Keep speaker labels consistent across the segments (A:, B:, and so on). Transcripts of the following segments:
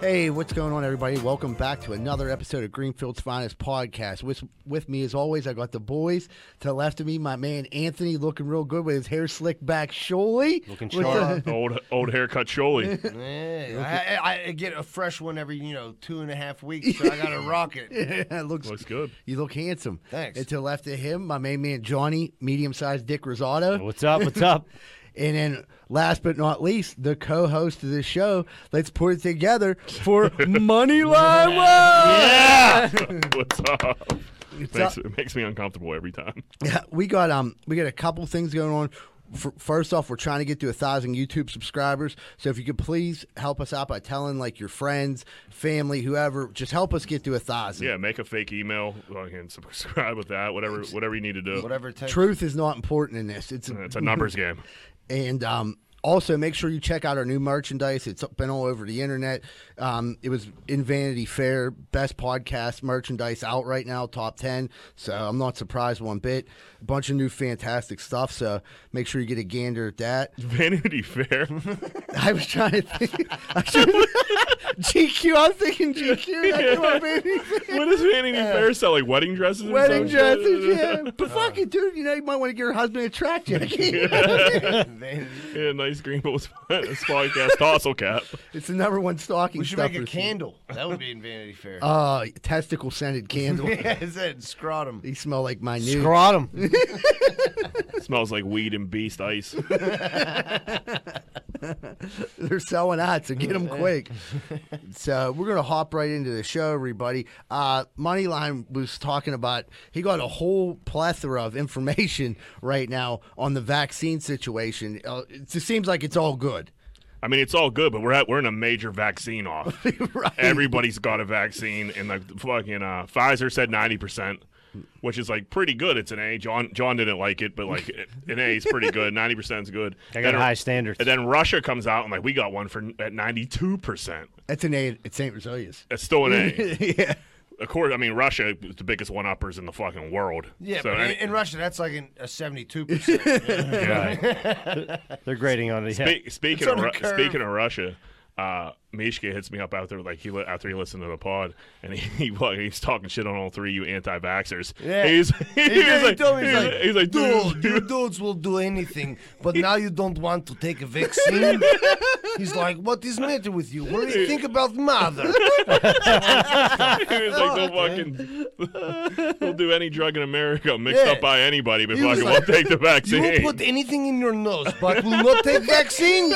A: Hey, what's going on, everybody? Welcome back to another episode of Greenfield's Finest Podcast. With, with me, as always, I got the boys. To the left of me, my man Anthony, looking real good with his hair slicked back, Sholey.
B: Looking
A: With the-
B: sharp.
C: old old haircut Sholey.
B: Yeah, I, I- I get a fresh one every you know two and a half weeks, so I gotta rock it.
A: Yeah, looks,
C: Looks good.
A: You look handsome.
B: Thanks.
A: And to the left of him, my main man Johnny, medium-sized Dick Rosato.
B: Oh.
D: What's up? What's up?
A: And then, last but not least, the co-host of this show. Let's put it together for Moneyline Live.
C: Yeah. What's up?
A: up?
C: Makes, it makes me uncomfortable every time.
A: Yeah, we got um, we got a couple things going on. F- First off, we're trying to get to a thousand YouTube subscribers. So if you could please help us out by telling like your friends, family, whoever, just help us get to a thousand.
C: Yeah, make a fake email and subscribe with that. Whatever, whatever you need to do.
B: Whatever it takes.
A: Truth is not important in this. It's
C: It's a numbers game.
A: And um, also, make sure you check out our new merchandise. It's been all over the internet. Um, it was in Vanity Fair, best podcast merchandise out right now, top 10. So I'm not surprised one bit. A bunch of new fantastic stuff. So make sure you get a gander at that.
C: Vanity Fair.
A: I was trying to think. I should, GQ, I'm thinking GQ. That's what Vanity Fair.
C: what is Vanity Fair sell? Like wedding dresses? or
A: Wedding
C: some shit?
A: dresses, yeah. But fuck it, dude. You know, you might want to get your husband a track jacket.
B: They-
C: Yeah, nice green bulls podcast tassel cap.
A: it's the number one stocking
B: we should make a
A: stuffer.
B: candle. That would be in Vanity Fair.
C: Oh.
A: Uh, testicle scented candle.
B: yeah, it said scrotum.
A: They smell like my new.
D: Scrotum.
C: Smells like weed and beast ice.
A: They're selling out, so get them quick. so we're gonna hop right into the show, everybody. Uh, Moneyline was talking about he got a whole plethora of information right now on the vaccine situation. Uh, it just seems like it's all good.
C: I mean, it's all good, but we're at, we're in a major vaccine off.
A: Right.
C: Everybody's got a vaccine, and the fucking uh, Pfizer said ninety percent, which is like pretty good. It's an A. John John didn't like it, but like it- an A is pretty good. Ninety percent is good.
D: I got
C: Then-
D: high standards.
C: And then Russia comes out and like we got one for at ninety two percent.
A: That's an A at St. Rosalia's.
C: It's still an A.
A: yeah.
C: of course, I mean Russia is the biggest one uppers in the fucking world.
B: Yeah,
C: So
B: but in,
C: any-
B: in Russia, that's like an, a seventy-two percent.
C: yeah.
D: They're grading on it. Yeah.
C: Spe- speaking
B: It's
C: of
B: on a
C: Ru-
B: curve.
C: speaking of Russia, uh, Mishka hits me up after like he li- after he listened to the pod, and he, he wa- he's talking shit on all three of you anti-vaxxers.
B: Yeah.
C: he's, he, was
B: he
C: like,
B: told me,
C: he's,
B: he's
C: like, he's like,
B: dude,
C: dude,
B: you dudes will do anything, but now you don't want to take a vaccine. He's like, what is matter with you? What do you think about mother?
C: he was like, they'll fucking, they'll do any drug in America mixed
B: Yeah.
C: up by anybody, but
B: He was
C: fucking won't
B: like,
C: take the
B: You
C: vaccine.
B: will put anything in your nose, but will not take vaccine.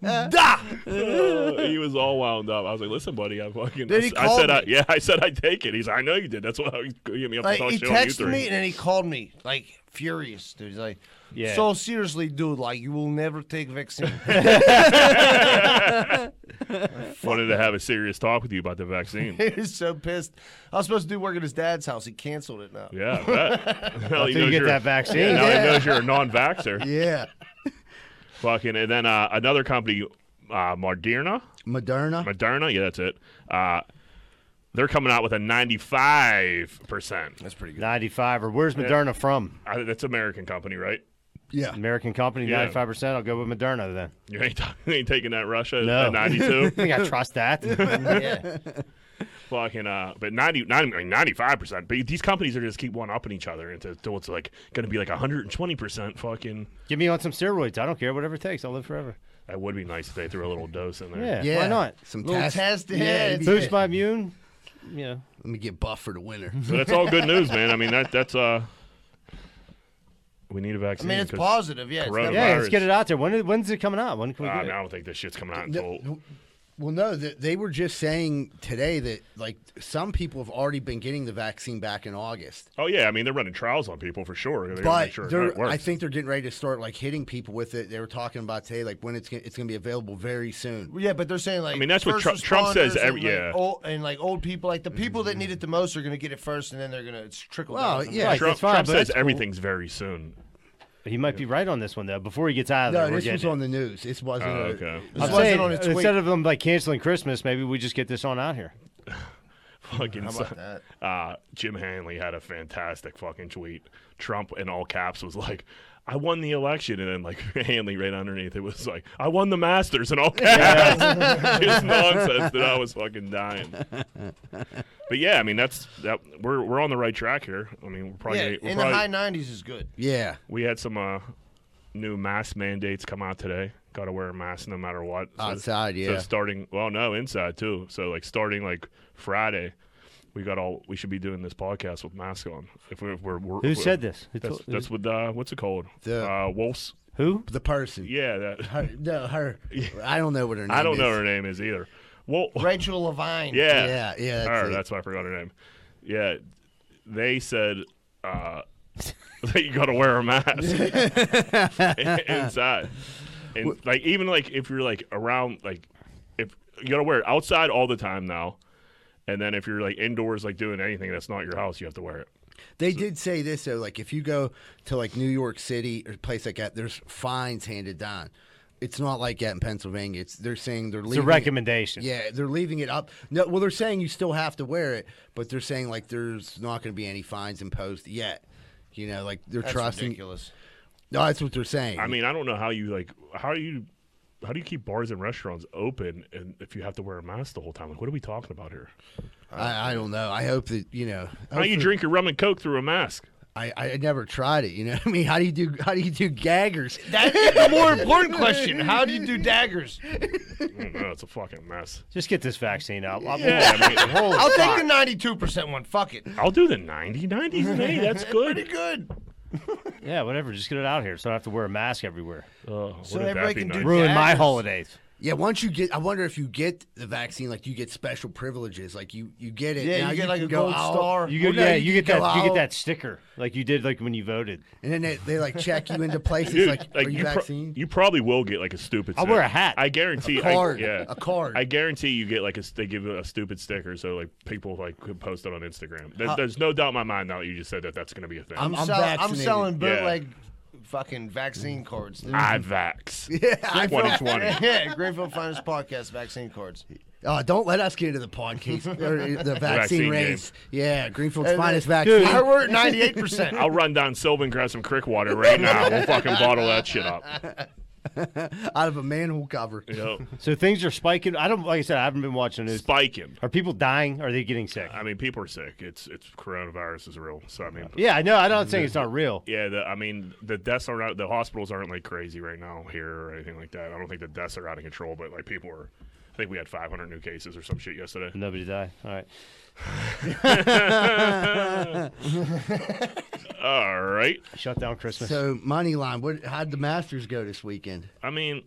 B: da!
C: Uh, he was all wound up. I was like, listen, buddy, I fucking,
B: Then he
C: I, said,
B: called
C: I,
B: me.
C: yeah, I said I take it. He's, like, I know you did. That's why he hit me up. to
B: Like,
C: talk
B: he
C: shit on you
B: texted
C: three.
B: me and then he called me, like furious, dude. He's like,
D: Yeah.
B: so seriously, dude, like you will never take vaccine.
C: Wanted to have a serious talk with you about the vaccine.
B: he was so pissed. I was supposed to do work at his dad's house. He canceled it now.
C: Yeah, I bet. Hell, he
D: Until
C: knows
D: you get
C: you're-
D: that vaccine.
C: Yeah, now he knows you're a non-vaxxer.
A: Yeah.
C: Fucking, and then uh, another company, uh, Moderna,
A: Moderna.
C: Moderna, yeah, that's it. Uh, they're coming out with a 95 percent.
B: That's pretty good.
D: 95 or where's Moderna from?
C: That's American company, right?
A: yeah.
D: American company,
C: Yeah.
D: 95%. I'll go with Moderna then.
C: You ain't, ta- you ain't taking that Russia
D: No.
C: at
D: I
C: 92.
D: think I trust that.
B: Yeah.
C: Fucking, uh, but 90, 95 percent. But these companies are just keep one upping each other until, until it's like going to be like 120 percent. Fucking,
D: Give me on some steroids. I don't care. Whatever it takes. I'll live forever.
C: that would be nice if they threw a little dose in there.
D: Yeah.
A: Yeah.
D: Why not?
A: Some
B: Little
A: test.
B: test, yeah,
A: it'd be-
B: it's-
D: Boost my immune. Yeah.
A: Let me get buff for the winner.
C: So that's all good news, man. I mean, that that's uh, we need a
B: I
C: vaccine.
B: mean, it's
C: 'cause,
B: positive. Yeah. It's
C: corona-
B: not-
D: Yeah,
C: virus.
D: let's get it out there. When is, when's it coming out? When can
C: uh,
D: we
C: I
D: get
C: mean, I
D: it?
C: don't think this shit's coming out
A: No,
C: until.
A: no- well, no, th- they were just saying today that like some people have already been getting the vaccine back in August,
C: Oh yeah, I mean they're running trials on people for sure. They're gonna
A: but
C: make sure it
A: they're,
C: works.
A: I think they're getting ready to start like hitting people with it. They were talking about today, like when it's gonna, it's going to be available very soon.
B: Yeah, but they're saying like
C: mean, that's what Trump-
B: first
C: Trump
B: responders
C: says
B: and,
C: every-
B: like,
C: yeah.
B: old, and like old people, like the people that need it the most are gonna get it first, and then they're gonna it's trickle
A: Well,
B: down. from
A: yeah.
B: there.
D: Right,
C: Trump,
D: that's fine,
C: Trump
D: but
C: says
D: that's cool.
C: everything's very soon.
D: He might be right on this one, though. Before he gets out of there,
A: No,
D: we're
A: this was
D: getting it.
A: on the news. This wasn't.
C: Oh,
A: a-
C: okay.
B: This
D: I'm
B: wasn't
D: saying,
B: on its way.
D: instead of them like canceling Christmas, maybe we just get this on out here.
C: Fucking
B: How about
C: so-
B: that?
C: Uh, Jim Hanley had a fantastic fucking tweet. Trump in all caps was like, "I won the election," and then like Hanley right underneath it was like, "I won the Masters" in all caps. Just nonsense that I was fucking dying. But yeah, I mean that's that. We're we're on the right track here. I mean we're probably,
B: Yeah,
C: we're
B: in
C: probably-
B: the high 90s is good.
A: Yeah.
C: we had some uh, new mask mandates come out today. Got to wear a mask no matter what. So-
A: Outside,
C: So
A: yeah.
C: starting, well, no, inside too. So like starting like Friday, we got all. We should be doing this podcast with masks on. If we're, if we're, we're
D: Who
C: we're-
D: said this? Who
C: That's,
D: told-
C: that's what uh, what's it called?
A: The-
C: uh, Wolf's.
D: who?
A: The person.
C: Yeah, that.
A: Her, no, her. I don't know what her name
C: I don't
A: is.
C: know her name is either. Wolf.
B: Rachel Levine.
C: Yeah.
A: Yeah, yeah. That's
C: Or
A: it.
C: that's why I forgot her name. Yeah, they said uh, that you got to wear a mask inside, and like even like if you're like around like if you got to wear it outside all the time now, and then if you're like indoors like doing anything that's not your house, you have to wear it.
A: They did say this though, like if you go to like New York City or a place like that, there's fines handed down. It's not like that in Pennsylvania. It's they're saying they're
D: It's a
A: leaving
D: recommendation.
A: Yeah, they're leaving it up. No, well, they're saying you still have to wear it, but they're saying like there's not going to be any fines imposed yet. You know, like they're
B: That's
A: trusting.
B: ridiculous.
A: No, that's what they're saying.
C: I mean, I don't know how you like how you how do you keep bars and restaurants open and if you have to wear a mask the whole time? Like, what are we talking about here?
A: I, I don't know. I hope that you know.
C: How you drink your rum and coke through a mask?
A: I, I never tried it. You know, what I mean, how do you do? How do you do gaggers?
B: That's the more important question. How do you do daggers?
C: I don't know. It's a fucking mess.
D: Just get this vaccine out. I'm-
C: Yeah, I mean,
B: I'll take the 92% one. Fuck it.
C: I'll do the 90. 90's an A. That's
B: Pretty
C: good.
B: good.
D: yeah, whatever. Just get it out here, so I don't have to wear a mask everywhere.
C: Oh,
B: So
C: wouldn't that
B: everybody
C: be
B: can do
C: nice?
D: Ruin my
B: Daggers.
D: holidays.
A: Yeah, once you get, I wonder if you get the vaccine, like you get special privileges, like you you get it.
B: Yeah,
A: now
B: you get like
A: can
B: a
A: go
B: gold
A: out,
B: star.
D: You get
A: Well, no,
D: yeah,
A: you
D: you,
A: can
D: get that
A: go
D: you get
A: out.
D: that sticker like you did like when you voted.
A: and then they, they like check you into places
C: Dude,
A: like,
C: like,
A: are you,
C: you, pro-
A: vaccine?
C: you probably will get like a stupid
D: I'll
C: sticker.
D: wear a hat.
C: I guarantee.
A: A card,
C: I, yeah.
A: a card.
C: I guarantee you get like a, they give you a stupid sticker so like people like could post it on Instagram. There's, there's no doubt in my mind now that you just said that that's going to be a thing.
A: I'm-
B: I'm, sell- I'm
A: vaccinated.
B: selling
C: Yeah.
B: bootleg fucking vaccine cards. dude.
C: I vax.
A: I
C: 2020.
B: yeah, Greenfield Finest Podcast vaccine cards.
A: Oh, don't let us get into the podcast or uh, the
C: Vaccine
A: vaccine race. Yeah, Greenfield's
B: And then-
A: finest vaccine.
B: I we're at 98%.
C: I'll run down Sylvan, grab some crick water right now. We'll fucking bottle that shit up.
A: out of a manhole cover.
C: You know,
D: So things are spiking. I don't like I said I haven't been watching the news.
C: spiking.
D: Are people dying? Are they getting sick?
C: I mean, people are sick. It's it's coronavirus is real. So I mean,
D: Yeah, I know. I'm not saying it's not real.
C: Yeah, the, I mean, the deaths are not, the hospitals aren't like crazy right now here or anything like that. I don't think the deaths are out of control, but like people are, I think we had 500 new cases or some shit yesterday.
D: Nobody died. All right.
C: All right.
D: Shut down Christmas.
A: So money line, what? How'd the Masters go this weekend?
C: I mean,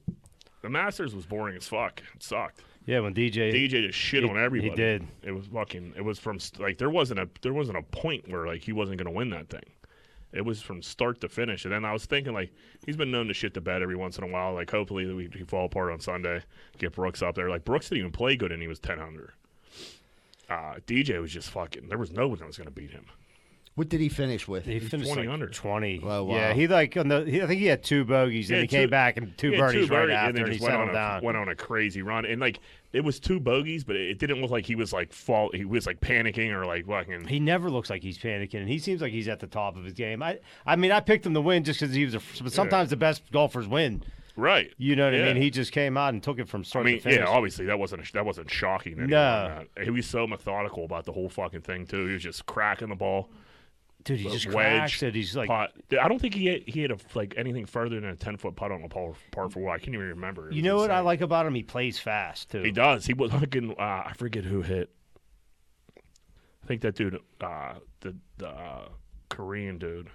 C: the Masters was boring as fuck. It sucked.
D: yeah, when DJ,
C: DJ just shit
D: He-
C: on everybody.
D: he did.
C: It was fucking. It was from st- like there wasn't a there wasn't a point where like he wasn't gonna win that thing. It was from start to finish. And then I was thinking like he's been known to shit the bed every once in a while. Like hopefully we he fall apart on Sunday. Get Brooks up there. Like Brooks didn't even play good and he was ten under. Uh, DJ was just fucking. There was no one that was gonna beat him.
A: What did he finish with?
D: he finished
C: 20
D: like
C: under.
D: 20.
A: Oh, wow.
D: Yeah, he like on the. He, I think he had two bogeys
C: Yeah,
D: and he came
C: two-
D: back and two
C: Yeah,
D: birdies right
C: birdie-
D: after and, he
C: just went
D: settled
C: on,
D: down.
C: A, went on a crazy run and like it was two bogeys, but it, it didn't look like he was like fall. He was like panicking or like fucking.
D: he never looks like he's panicking, and he seems like he's at the top of his game. I, I mean, I picked him to win just because he was. A, but sometimes the best golfers win.
C: right.
D: You know what
C: Yeah.
D: I mean? He just came out and took it from
C: I
D: start
C: mean,
D: to finish.
C: yeah, obviously that wasn't that wasn't shocking. anything
D: No.
C: like that. he was so methodical about the whole fucking thing too. He was just cracking the ball,
D: Dude, he just
C: wedge,
D: cracks it. He's like,
C: putt. Dude, I don't think he had, he had a, like anything further than a ten foot putt on a par par four. I can't even remember. It
D: you
C: was
D: know what I
C: insane.
D: like about him? He plays fast too.
C: He does. He was fucking. Uh, I forget who hit. I think that dude, uh, the the uh, Korean dude,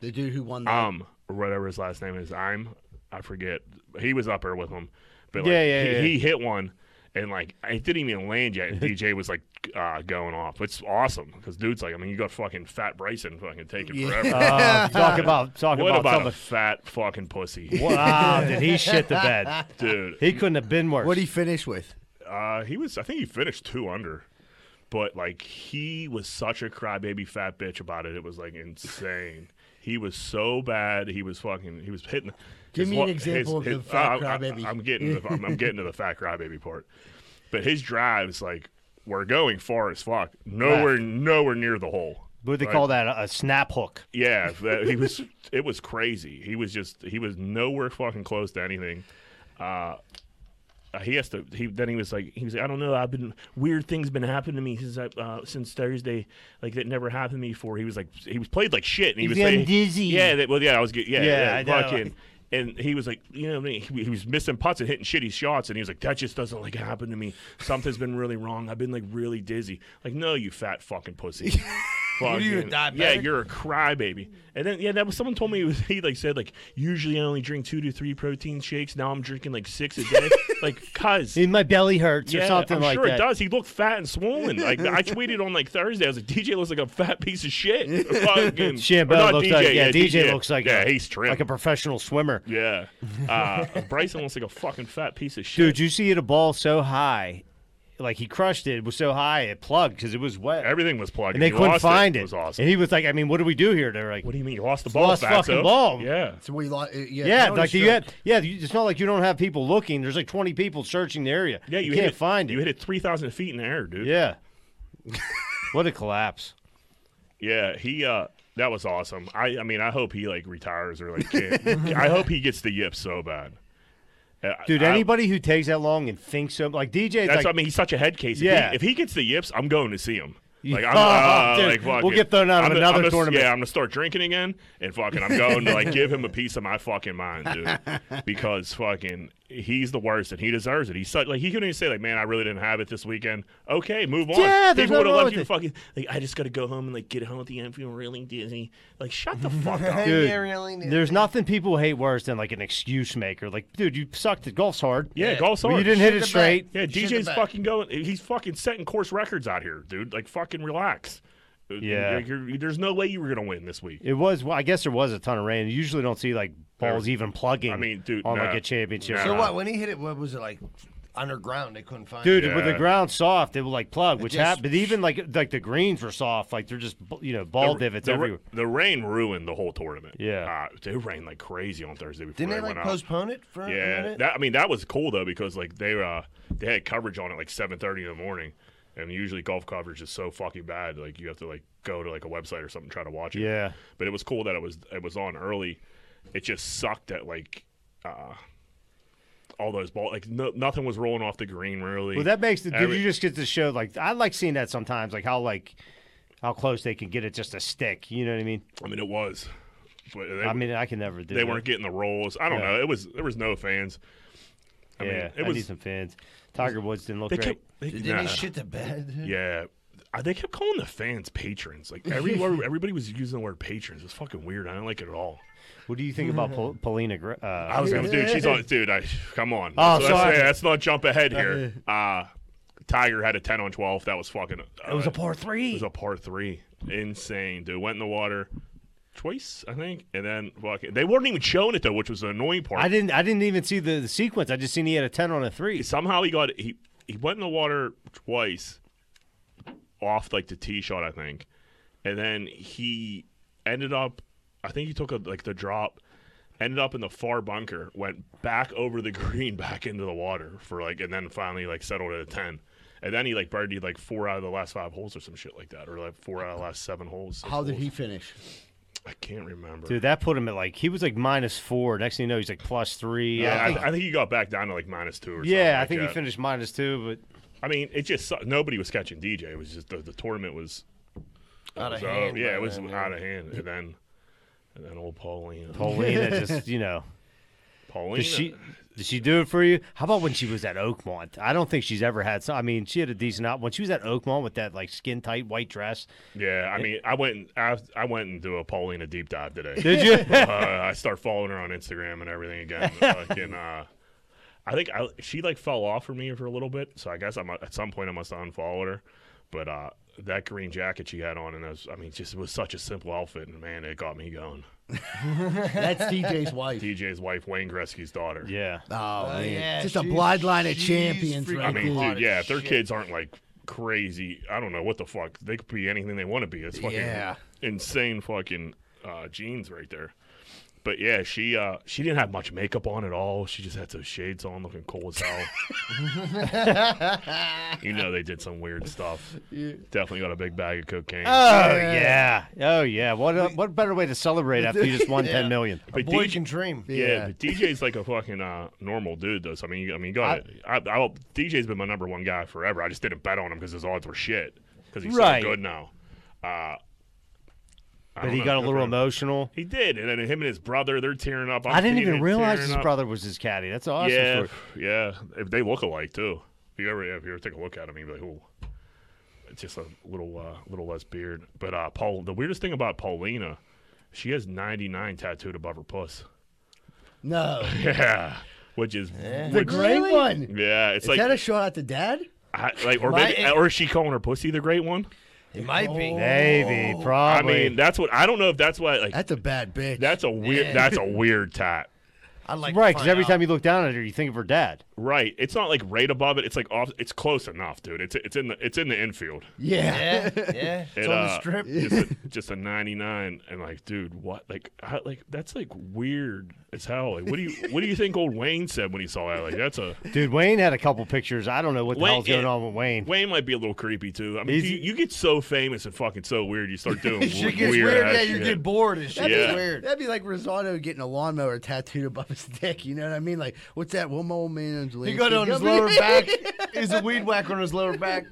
A: The dude who won the
B: Ah.
C: um, or whatever his last name is. I'm, I forget. He was up there with him, but like,
D: Yeah, yeah,
C: he,
D: yeah.
C: he hit one, and like it didn't even land yet. And DJ was like uh, going off. It's awesome because dude's like, I mean, you got fucking fat Bryson fucking taking forever.
D: Uh, talk about talk
C: what
D: about,
C: about a
D: somebody.
C: fat fucking pussy,
D: Wow, did he shit the bed?
C: dude?
D: He couldn't have been worse.
A: What did he finish with?
C: Uh, he was. I think he finished two under, but like he was such a crybaby fat bitch about it. It was like insane. He was so bad. He was fucking. He was hitting.
A: Give
C: his uh,
A: me an
C: lo-
A: example of the fat
C: I- I-
A: crybaby.
C: I'm getting. To the, I'm, I'm getting to the fat crybaby part. But his drives, like we're going far as fuck. Nowhere, nowhere near the hole.
D: What would they
C: Like,
D: call that? A, a snap hook.
C: Yeah, that, he was. It was crazy. He was just. He was nowhere fucking close to anything. Uh, he has to. He then he was like. He was like, I don't know. I've been weird things been happening to me since I, uh, since Thursday. Like that never happened to me before. He was like. He was played like shit. And he
D: He's
C: was
D: getting
C: saying,
D: dizzy.
C: Yeah. That, well, yeah. I was. get- Yeah.
D: Yeah,
C: Yeah.
D: I know.
C: fucking. And he was like, you know, what I mean? he, he was missing putts and hitting shitty shots, and he was like, that just doesn't like happen to me. Something's been really wrong. I've been like really dizzy. Like, no, you fat fucking pussy.
B: What are you, a
C: Fucking-
B: diabetic?
C: Yeah, you're a crybaby. And then yeah, that was someone told me it was, he like said like usually I only drink two to three protein shakes. Now I'm drinking like six a day. like cuz.
D: In my belly hurts or
C: Yeah,
D: something
C: I'm
D: like
C: sure
D: that.
C: it does. He looked fat and swollen. Like I tweeted on like Thursday, I was like, DJ looks like a fat piece of shit. Fucking-
D: Shit,
C: or
D: but
C: not
D: looks like yeah, DJ, looks like
C: yeah,
D: a,
C: he's trim.
D: like a professional swimmer.
C: yeah, uh, Bryson looks like a fucking fat piece of shit.
D: Dude, you see it a ball so high, like he crushed it. It was so high it plugged because it was wet,
C: everything was plugged.
D: and they
C: You
D: couldn't
C: lost
D: find it.
C: It. was awesome.
D: And he was like, "I mean, what do we do here?" They're like,
C: what do you mean you lost the ball?
D: "Lost fucking
C: fatso?
D: ball."
C: Yeah,
A: So we lost. Yeah,
D: Yeah,
A: penalty
D: like you
A: stroke.
D: had, yeah. you- It's not like you don't have people looking. There's like 20 people searching the area.
C: yeah. You, hit
D: can't find it.
C: You hit it three thousand feet in the air, dude.
D: Yeah. what a collapse.
C: Yeah, he uh that was awesome. I I mean, I hope he like retires or like can't- I hope he gets the yips so bad. Uh,
D: Dude,
C: I-
D: anybody who takes that long and thinks so like DJ,
C: that's
D: like,
C: what I mean. He's such a head case. If
D: Yeah.
C: He, if he gets the yips, I'm going to see him. Like, I'm,
D: Oh,
C: uh,
D: dude,
C: like
D: we'll
C: fucking-
D: get thrown out of
C: I'm gonna-
D: another
C: I'm gonna-
D: tournament.
C: Yeah, I'm gonna start drinking again, and fucking, I'm going to like give him a piece of my fucking mind, dude, because fucking, he's the worst, and he deserves it. He's such like he couldn't even say like, man, I really didn't have it this weekend. Okay, move on.
D: Yeah, there's
C: people
D: nothing
C: would have
D: wrong
C: left
D: with
C: you
D: it.
C: fucking like, I just gotta go home and like get home at the end, feel really dizzy. Like, shut the fuck up.
D: dude,
B: Yeah, really, yeah.
D: there's nothing people hate worse than like an excuse maker. Like, dude, you sucked at golf's hard.
C: Yeah, golf's
D: Well,
C: hard.
D: you didn't hit
B: Shoot the
D: it
B: bat.
D: straight.
C: Yeah,
B: Shit
C: DJ's
B: about-
C: fucking going. He's fucking setting course records out here, dude. Like fucking relax. Uh,
D: Yeah.
C: Like, you're- there's no way you were gonna win this week.
D: It was. Well, I guess there was a ton of rain. You usually don't see like balls even plugging.
C: I mean, dude,
D: on like
C: nah.
D: a championship.
C: Nah.
D: round.
B: So what? When he hit it, what was it like? Underground, they couldn't find
D: Dude,
B: it.
D: with the
C: Yeah.
D: ground soft, it will like plug, which
B: just-
D: happened. But even like like the greens were soft, like they're just you know ball divots
C: the, ra-
D: everywhere.
C: The rain ruined the whole tournament.
D: Yeah.
C: uh, it rained like crazy on Thursday before
B: Didn't
C: I
B: they like
C: went out.
B: postpone it for a
C: Yeah,
B: minute?
C: that, I mean that was cool though because like they uh they had coverage on it like 7:30 in the morning, and usually golf coverage is so fucking bad like you have to like go to like a website or something to try to watch it.
D: Yeah.
C: but it was cool that it was it was on early. It just sucked that like uh all those balls like no, nothing was rolling off the green really.
D: Well, that makes the, dude,
C: Every-
D: you just get to show like I like seeing that sometimes, like how like how close they can get it just a stick. You know what I mean?
C: I mean it was. But they,
D: I mean, I can never do.
C: they
D: that.
C: weren't getting the rolls. I don't
D: Yeah.
C: know. It was there was no fans. I
D: yeah,
C: mean, it
D: I
C: was
D: need some fans. Tiger Woods didn't look
C: they
D: great.
C: kept they,
B: Did
C: nah.
B: he shit the bed?
C: Yeah. Uh, They kept calling the fans patrons. Like every everybody was using the word patrons. It's fucking weird. I don't like it at all.
D: What do you think about Pol- Polina? Gre- Uh,
C: I was going, dude, she's on, dude. I come on.
D: Oh,
C: let's, let's-
D: sorry.
C: yeah, Let's, not jump ahead here.
B: Uh-huh.
C: Uh, Tiger had a ten on twelve. That was fucking. Uh,
B: It was a par three.
C: It was a par three. Insane, dude. Went in the water twice, I think, and then fucking. They weren't even showing it though, which was the annoying part.
D: I didn't. I didn't even see the, the sequence. I just seen he had a ten on a three.
C: somehow he got he he went in the water twice off like the tee shot I think and then he ended up I think he took a, like the drop ended up in the far bunker went back over the green back into the water for like and then finally like settled at a 10 and then he like birdied like four out of the last five holes or some shit like that or like four out of the last seven holes six
A: How did
C: holes.
A: he finish?
C: I can't remember
D: Dude, that put him at like he was like minus four. Next thing you know, he's like plus three.
C: yeah,
D: I
C: I,
D: think-
C: I think he got back down to like minus two or something
D: yeah, I
C: like
D: think he
C: that.
D: finished minus two, but
C: I mean, it just sucked. nobody was catching DJ. It was just the, the tournament was it
B: Out of
C: was, uh,
B: hand
C: Yeah,
B: by
C: it was
B: then, yeah.
C: out of hand, and then and then old Pauline,
D: Polina just you know
C: Pauline,
D: did she did she do it for you? How about when she was at Oakmont? I don't think she's ever had. Some, I mean, she had a decent out when she was at Oakmont with that like skin tight white dress.
C: Yeah, I mean, I went and I, I went and do a Paulina deep dive today.
D: Did you?
C: uh, I start following her on Instagram and everything again. Fucking, uh, I think I, she like fell off for me for a little bit, so I guess I'm at some point I must have unfollowed her. But uh, that green jacket she had on, and those, I mean, just it was such a simple outfit, and man, it got me going.
A: That's DJ's wife.
C: DJ's wife, Wayne Gretzky's daughter.
D: yeah.
A: Oh, man.
B: yeah,
A: Just a
B: she-
A: bloodline of
B: she's
A: champions
B: freaking-
A: right
C: I mean,
A: there.
B: hot
C: dude,
B: as
C: yeah, if their
B: shit.
C: kids aren't like crazy, I don't know what the fuck. They could be anything they want to be. It's fucking
A: Yeah.
C: insane fucking uh, genes right there. But yeah, she uh, she didn't have much makeup on at all. She just had those shades on, looking cool as hell. you know they did some weird stuff. Definitely got a big bag of cocaine.
B: Uh,
D: Oh yeah. Oh yeah. What a, what better way to celebrate after you just won ten million?
B: A
C: But
B: boy
C: DJ
B: can dream.
C: yeah,
A: yeah.
C: but DJ's like a fucking uh, normal dude though. So I mean, you- I mean, got it. I, I, will DJ's been my number one guy forever. I just didn't bet on him because his odds were shit. Because he's
D: Right.
C: so good now. Uh, I
D: But
C: don't
D: he
C: know,
D: got a
C: good
D: little
C: for him.
D: emotional.
C: He did, and then him and his brother, they're tearing up. I'm
D: I didn't
C: seeing
D: even
C: it
D: realize
C: tearing
D: his
C: up.
D: brother was his caddy. That's awesome.
C: Yeah,
D: story.
C: yeah. If they look alike too. If you ever, if you ever take a look at him, you'd be like, ooh. It's just a little, uh, little less beard. But uh, Paul, the weirdest thing about Paulina, she has 99 tattooed above her puss.
A: No,
C: Yeah, which is
A: the great one. Is
C: yeah. It's like
A: that a shot at the dad?
C: I- like or
B: My-
C: maybe or is she calling her pussy the great one?
B: It might be.
D: Maybe,
C: Oh. I
D: probably.
C: mean, that's what I don't know if that's what like
A: That's a bad bitch.
C: that's a weird that's a weird tat.
B: I like
D: right, because every time you look down at her, you think of her dad.
C: Right. It's not like right above it. It's like off. It's close enough, dude. It's it's in the it's in the infield.
A: yeah.
B: Yeah, yeah. It's
C: It,
B: on the
C: uh,
B: strip.
C: Just a, just a 99 and like, dude, what? Like, how, like that's like weird as hell. Like, what do you what do you think old Wayne said when he saw that? Like, that's a
D: Dude, Wayne had a couple pictures. I don't know what the
C: Wayne-
D: hell's going
C: yeah.
D: on with Wayne.
C: Wayne might be a little creepy too. I mean,
D: He's-
C: you, you get so famous and fucking so weird, you start doing
B: Shit
C: weird.
B: gets weird.
C: ass
B: Yeah, you
C: shit.
B: get bored and shit.
A: That'd,
C: Yeah.
A: be,
B: Weird.
A: that'd be like Rosado getting a lawnmower tattooed above his dick. You know what I mean? Like, what's that? One more man.
B: He got it on his lower back. Is a weed whack on his lower back.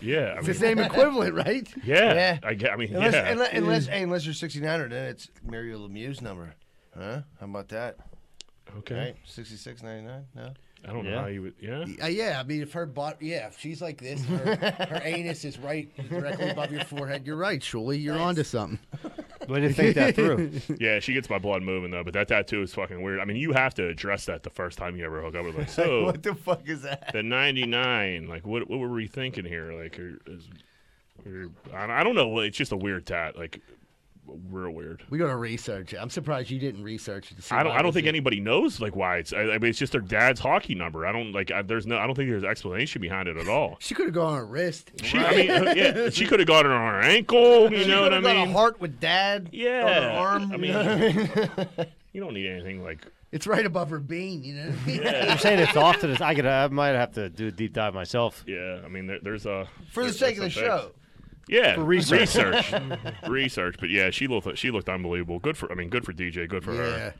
C: Yeah, I
A: It's the
C: mean,
A: same equivalent, right?
C: yeah,
B: Yeah.
C: I get. I mean,
B: Unless,
C: yeah.
B: unless, unless, hey, unless you're 69er, then it's Mario Lemieux's number. Huh? How about that?
C: okay.
B: Right? 66.99? No.
C: I don't know
D: Yeah.
C: how you would. Yeah.
A: Uh, yeah, I mean, if her butt, yeah, if she's like this, her, her anus is right directly above your forehead. You're right, Shuli. You're onto something.
D: Way to think that through.
C: Yeah, she gets my blood moving though, but that tattoo is fucking weird. I mean, you have to address that the first time you ever hook up with like, so
B: What the fuck is that?
C: the 99, like what what were we thinking here? Like or, is, or, I I don't know, it's just a weird tat, like real weird.
A: We gotta research it. I'm surprised you didn't research it. To see
C: I don't.
A: why
C: I don't
A: was
C: think
A: it-
C: anybody knows like why it's. I, I mean, it's just their dad's hockey number. I don't like. I, there's no. I don't think there's explanation behind it at all.
A: She could have gone on her wrist.
C: She, I mean, yeah, she could have got it on her ankle. You know what I
B: Could've got
C: mean?
B: a heart with dad.
C: yeah.
B: On her arm.
C: I
B: you
C: mean,
B: know what
C: you don't need anything like.
A: It's right above her bean. You know.
D: You're saying it's off to this. I could. I might have to do a deep dive myself.
C: Yeah, I mean, there, there's a
B: For the
C: there's-
B: sake of the
C: there's some things.
B: show.
C: Yeah,
D: For research.
C: research, Research. But yeah, she looked she looked unbelievable. Good for I mean, good for DJ. Good for
A: Yeah.
C: her.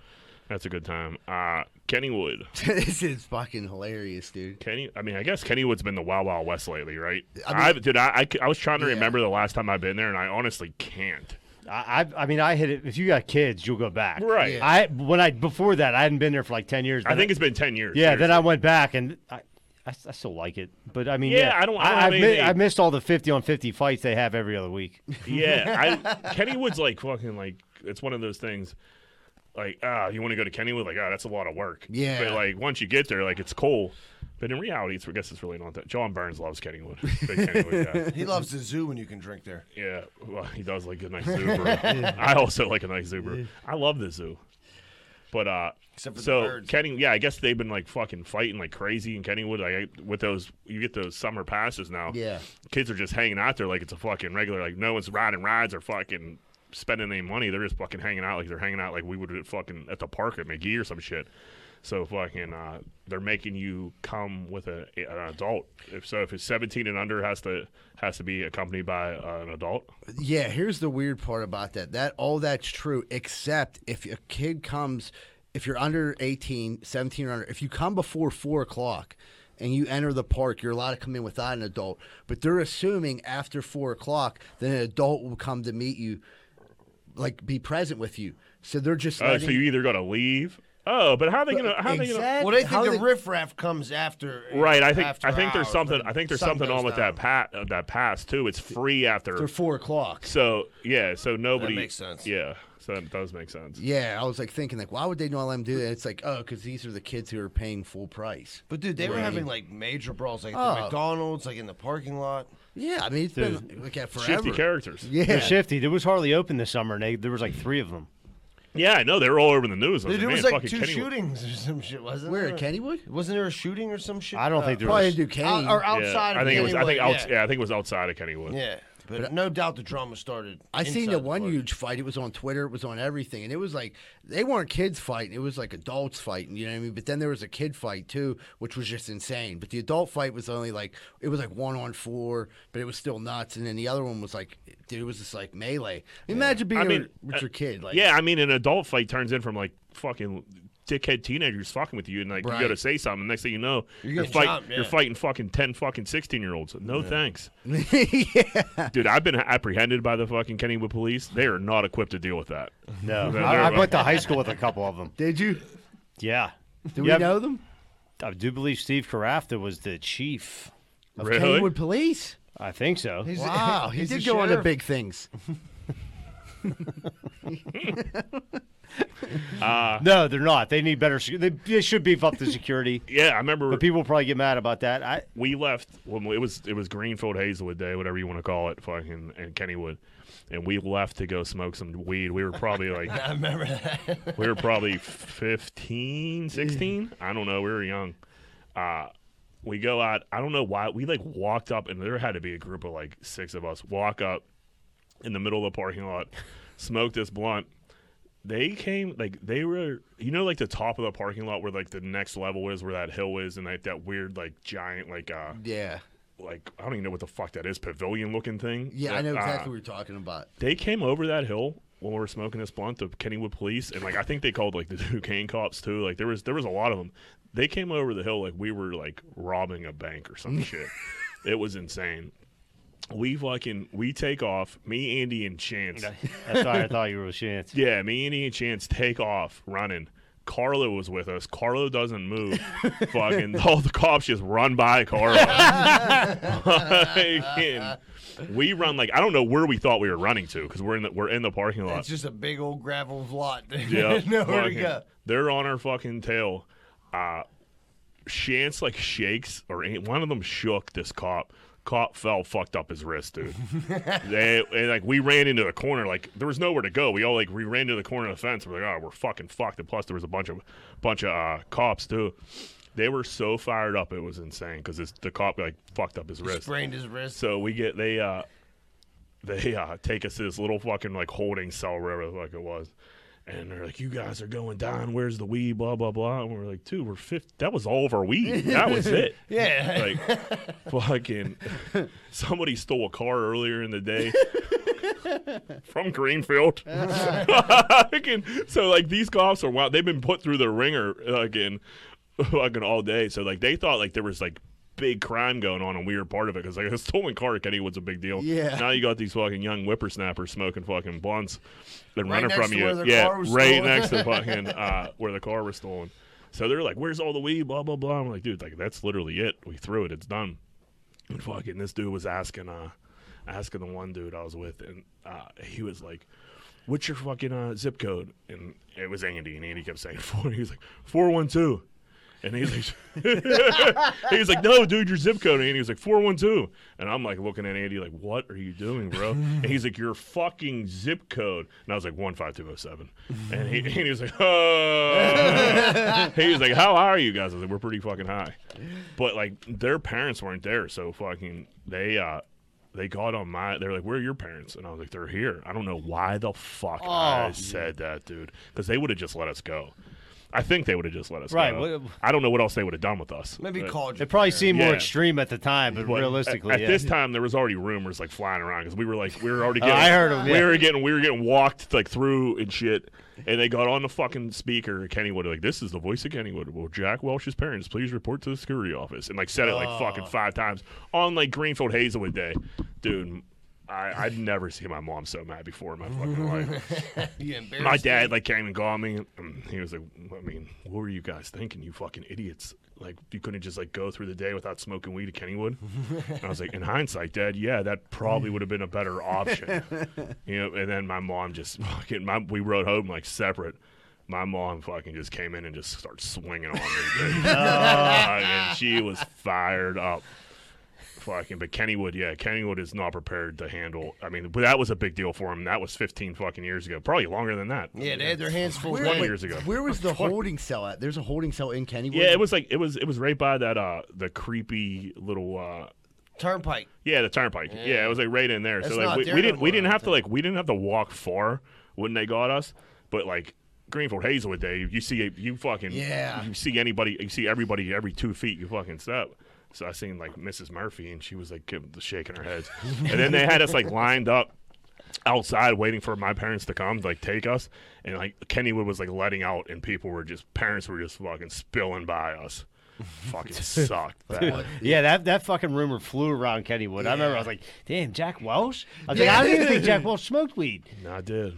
C: That's a good time. Uh, Kenny Wood.
A: this is fucking hilarious, dude.
C: Kenny. I mean, I guess Kenny Wood's been the Wild Wild West lately, right?
A: I mean-
C: I have dude, I, I c- I was trying to
A: Yeah.
C: remember the last time I've been there, and I honestly can't.
D: I, I, I mean, I hit it. If you got kids, you'll go back.
C: Right.
A: Yeah.
D: I when I before that, I hadn't been there for like ten years.
C: I
D: Then
C: think it's been ten years.
D: Yeah, then
C: seriously.
D: I went back and I, I, I still like it, but I mean,
C: Yeah,
D: yeah,
C: I don't- I don't have
D: I,
C: anything-
D: I missed all the fifty on fifty fights they have every other week.
C: Yeah, I, Kenny Wood's like fucking like it's one of those things. Like ah, you want to go to Kennywood? Like ah, that's a lot of work.
A: Yeah.
C: but like once you get there, like it's cool. But in reality, it's, I guess it's really not that. John Burns loves Kennywood. Big Kennywood guy.
B: He loves the zoo when you can drink there.
C: Yeah, well, he does like a nice Uber. I also like a nice Uber. I love the zoo. But uh,
B: Except for the
C: so
B: birds.
C: Kenny, yeah, I guess they've been like fucking fighting like crazy in Kennywood. Like I- with those, you get those summer passes now.
A: Yeah.
C: kids are just hanging out there like it's a fucking regular. Like no one's riding rides or fucking spending any money. They're just fucking hanging out like they're hanging out like we would at fucking at the park at McGee or some shit. So fucking, uh, they're making you come with a, an adult. If so, if it's seventeen and under, has to has to be accompanied by uh, an adult.
A: Yeah, here's the weird part about that. That all that's true, except if a kid comes, if you're under 18, 17 or under, if you come before four o'clock and you enter the park, you're allowed to come in without an adult. But they're assuming after four o'clock, then an adult will come to meet you, like be present with you. So they're just
C: Oh,
A: letting,
C: so you either got to leave. Oh, but how are they gonna? How are they gonna?
A: Exact-
B: Well, they think
A: how
B: the
A: they-
B: riffraff comes after. uh,
C: Right, I think
B: after
C: I think there's
B: hours,
C: something
B: when
C: I think there's
B: sun
C: something
B: goes
C: on with
B: down.
C: that pat uh, that pass too. It's free after,
A: they're four o'clock.
C: so yeah, so nobody
B: makes sense.
C: Yeah, so that does make sense.
A: Yeah, I was like thinking like, why would they not let them do that? It's like, oh, because these are the kids who are paying full price.
B: But dude, they were
A: Right.
B: having like major brawls, like at the
A: Oh.
B: McDonald's, like in the parking lot.
A: Yeah, I mean it's been like that forever.
C: Shifty characters. Yeah.
A: Yeah,
D: They're shifty. There was hardly open this summer, and they, there was like three of them.
C: I know they were all over the news. I
B: Dude, there
C: man,
B: was like
C: fucking
B: two
C: Kenny-
B: shootings or some shit, wasn't
A: where
B: there?
A: at Kennywood?
B: Wasn't there a shooting or some shit?
D: I don't
B: Uh,
D: think there
A: Probably
D: was.
A: do Kenny.
B: Out- or
C: Yeah,
B: outside.
C: I
B: of
C: think it was. I
B: Kennywood,
C: think outs-
B: yeah.
C: yeah, I think it was outside of Kennywood.
B: Yeah. But, no doubt the drama started.
A: I seen
B: inside
A: the one
B: party.
A: huge fight. It was on Twitter. It was on everything, and it was like they weren't kids fighting. It was like adults fighting. You know what I mean? But then there was a kid fight too, which was just insane. But the adult fight was only like it was like one on four, but it was still nuts. And then the other one was like, dude, it was just like melee. Imagine being
C: I mean,
A: with your kid. Like,
C: yeah, I mean, an adult fight turns in from like fucking dickhead teenagers fucking with you, and like you go to
A: Right.
C: say something, next thing you know,
B: You're
C: you're,
B: getting
C: fight,
B: jumped,
C: you're
B: yeah.
C: fighting fucking ten fucking sixteen year olds. No thanks,
A: yeah.
C: dude. I've been apprehended by the fucking Kennywood police. They are not equipped to deal with that.
D: No,
C: They're-
D: I, I
C: they're-
D: went to high school with a couple of them.
A: Did you?
D: Yeah,
A: Do
D: Yeah,
A: we know them?
D: I do believe Steve Carafta was the chief.
A: Of
C: Really?
A: Kennywood Police.
D: I think so.
B: He's-
A: Wow, he
B: he's
A: did
B: the
A: go on to
B: sheriff.
A: big things.
C: Uh,
D: No, they're not. They need better. sec- They, they should beef up the security.
C: yeah, I remember
D: But people probably get mad about that. I
C: we left when we- it was it was Greenfield Hazelwood Day, whatever you want to call it, fucking and Kennywood, and we left to go smoke some weed. We were probably like
B: I remember that.
C: we were probably 15 16 i don't know we were young uh we go out i don't know why we like walked up and there had to be a group of like six of us walk up in the middle of the parking lot smoke this blunt they came like they were you know like the top of the parking lot where like the next level is where that hill is and like that weird like giant like uh
A: Yeah,
C: like i don't even know what the fuck that is pavilion looking thing
A: yeah,
C: that,
A: I know
C: uh,
A: exactly what you're talking about.
C: they came over that hill when we were smoking this blunt, the Kennywood police, and like I think they called like the Duquesne cops too. Like there was there was a lot of them. They came over the hill like we were like robbing a bank or some shit. It was insane. We fucking we take off. Me, Andy, and Chance.
D: that's why I thought you were a chance.
C: Yeah, me, Andy, and Chance take off running. Carlo was with us. Carlo doesn't move. Fucking all the cops just run by Carlo. Fucking- we run like I don't know where we thought we were running to because we're in the we're in the parking lot.
B: It's just a big old gravel lot.
C: Yeah,
B: Nowhere to
C: fucking-
B: go.
C: They're on our fucking tail. Uh, Chance like shakes or ain't- one of them shook this cop. Cop fell, fucked up his wrist, dude. they, and like we ran into the corner, like there was nowhere to go. We all like we ran to the corner of the fence. We're like, oh, we're fucking fucked. And plus, there was a bunch of bunch of uh, cops too. They were so fired up, it was insane because the cop like fucked up his wrist.
B: Sprained his wrist.
C: So we get they uh they uh take us to this little fucking like holding cell wherever the fuck it was. And they're like, You guys are going down, where's the weed? Blah blah blah. And we're like, dude, we're fifth that was all of our weed. That was it.
B: yeah.
C: Like fucking somebody stole a car earlier in the day. From Greenfield, Fucking- so like these cops are wow. They've been put through the ringer uh, again, fucking all day. So like they thought like there was like big crime going on, and we were part of it because like a stolen car at Kennywood's a big deal.
A: Yeah.
C: Now you got these fucking young whippersnappers smoking fucking blunts and
B: Right
C: running
B: next
C: from
B: to
C: you.
B: where their
C: yeah,
B: car was
C: right
B: stolen.
C: next to fucking uh, where the car was stolen. So they're like, "Where's all the weed?" Blah blah blah. I'm like, dude, like that's literally it. We threw it. It's done. And fucking this dude was asking uh asking the one dude I was with and uh he was like What's your fucking uh, zip code? And it was Andy, and Andy kept saying four. He was like four one two, and he's like, he was like, no, dude, your zip code. And Andy was like four one two, and I'm like looking at Andy like, what are you doing, bro? and he's like, your fucking zip code. And I was like one five two zero seven, and he, and he was like, oh. he was like, how high are you guys? I was like, we're pretty fucking high, but like their parents weren't there, so fucking they uh. They called on my. They're like, "Where are your parents?" And I was like, "They're here." I don't know why the fuck
D: Oh.
C: I said that, dude, because they would have just let us go. I think they would have just let us
D: Right,
C: go.
D: what-
C: I don't know what else they would have done with us.
B: Maybe
C: But-
B: called you.
D: It probably seemed
C: Yeah.
D: more extreme at the time, but,
C: but
D: realistically,
C: at,
D: yeah.
C: at this time, there was already rumors like flying around because we were like, we were already
D: Oh,
C: getting,
D: I heard 'em,
C: we
D: yeah.
C: were getting, we were getting walked like through and shit. And they got on the fucking speaker, Kennywood, like this is the voice of Kennywood. Will Jack Welsh's parents please report to the security office? And like said it like
D: Oh.
C: fucking five times on like Greenfield Hazelwood Day, dude. I, I'd never seen my mom so mad before in my fucking life.
B: You embarrassed
C: My dad like came and called me. And he was like, "I mean, what were you guys thinking? You fucking idiots! Like you couldn't just like go through the day without smoking weed at Kennywood." and I was like, "In hindsight, Dad, yeah, that probably would have been a better option." you know. And then my mom just fucking. My, we rode home like separate. My mom fucking just came in and just started swinging on me. dude. Fucking- she was fired up. Fucking, but Kennywood, yeah, Kennywood is not prepared to handle. I mean, but that was a big deal for him. That was 15 fucking years ago, probably longer than that.
B: Yeah, they had their hands full.
A: Where,
B: with
A: wait,
B: that.
C: years ago.
A: Where was the holding cell at? There's a holding cell in Kennywood.
C: Yeah, it was like it was it was right by that uh the creepy little uh
B: Turnpike.
C: Yeah, the turnpike. Yeah, it was like right in there.
B: That's
C: so like
B: not
C: we,
B: there
C: we
B: no
C: didn't we
B: more, I
C: didn't
B: don't
C: have to like we didn't have to walk far when they got us, but like Greenfield Hazelwood Day, you see you fucking
A: Yeah.
C: you see anybody you see everybody every two feet you fucking step. So I seen like Mrs. Murphy and she was like giving, shaking her head, and then they had us like lined up outside waiting for my parents to come to like take us and like Kennywood was like letting out and people were just parents were just fucking spilling by us. fucking sucked. bad.
D: Yeah, that, that fucking rumor flew around Kennywood. I remember I was like, damn, Jack Welsh? I was like, I didn't even think Jack Welsh smoked weed.
C: And I did.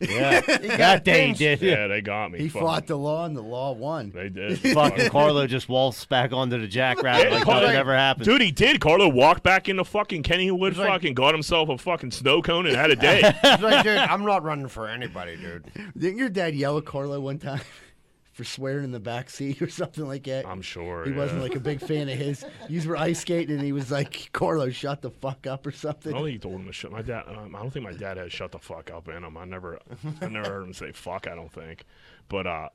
D: Yeah. that day he did.
C: Yeah, they got me.
A: He
C: Fuck.
A: fought the law, and the law won.
C: They did.
D: Fucking Carlo just waltzed back onto the jackrabbit like
C: Carlo-
D: nothing ever happened.
C: Dude, he did. Carlo walked back into fucking Kennywood, fucking got himself a fucking snow cone and had a day.
B: He's like, dude, I'm not running for anybody, dude.
A: Didn't your dad yell at Carlo one time for swearing in the back seat or something like that?
C: I'm sure.
A: he
C: yeah.
A: wasn't like a big fan of his. You were ice skating, and he was like, "Carlo, shut the fuck up" or
C: I don't
A: something.
C: think he told him to shut. My dad. Um, I don't think my dad had shut the fuck up in him. I never, I never heard him say fuck. I don't think. But uh,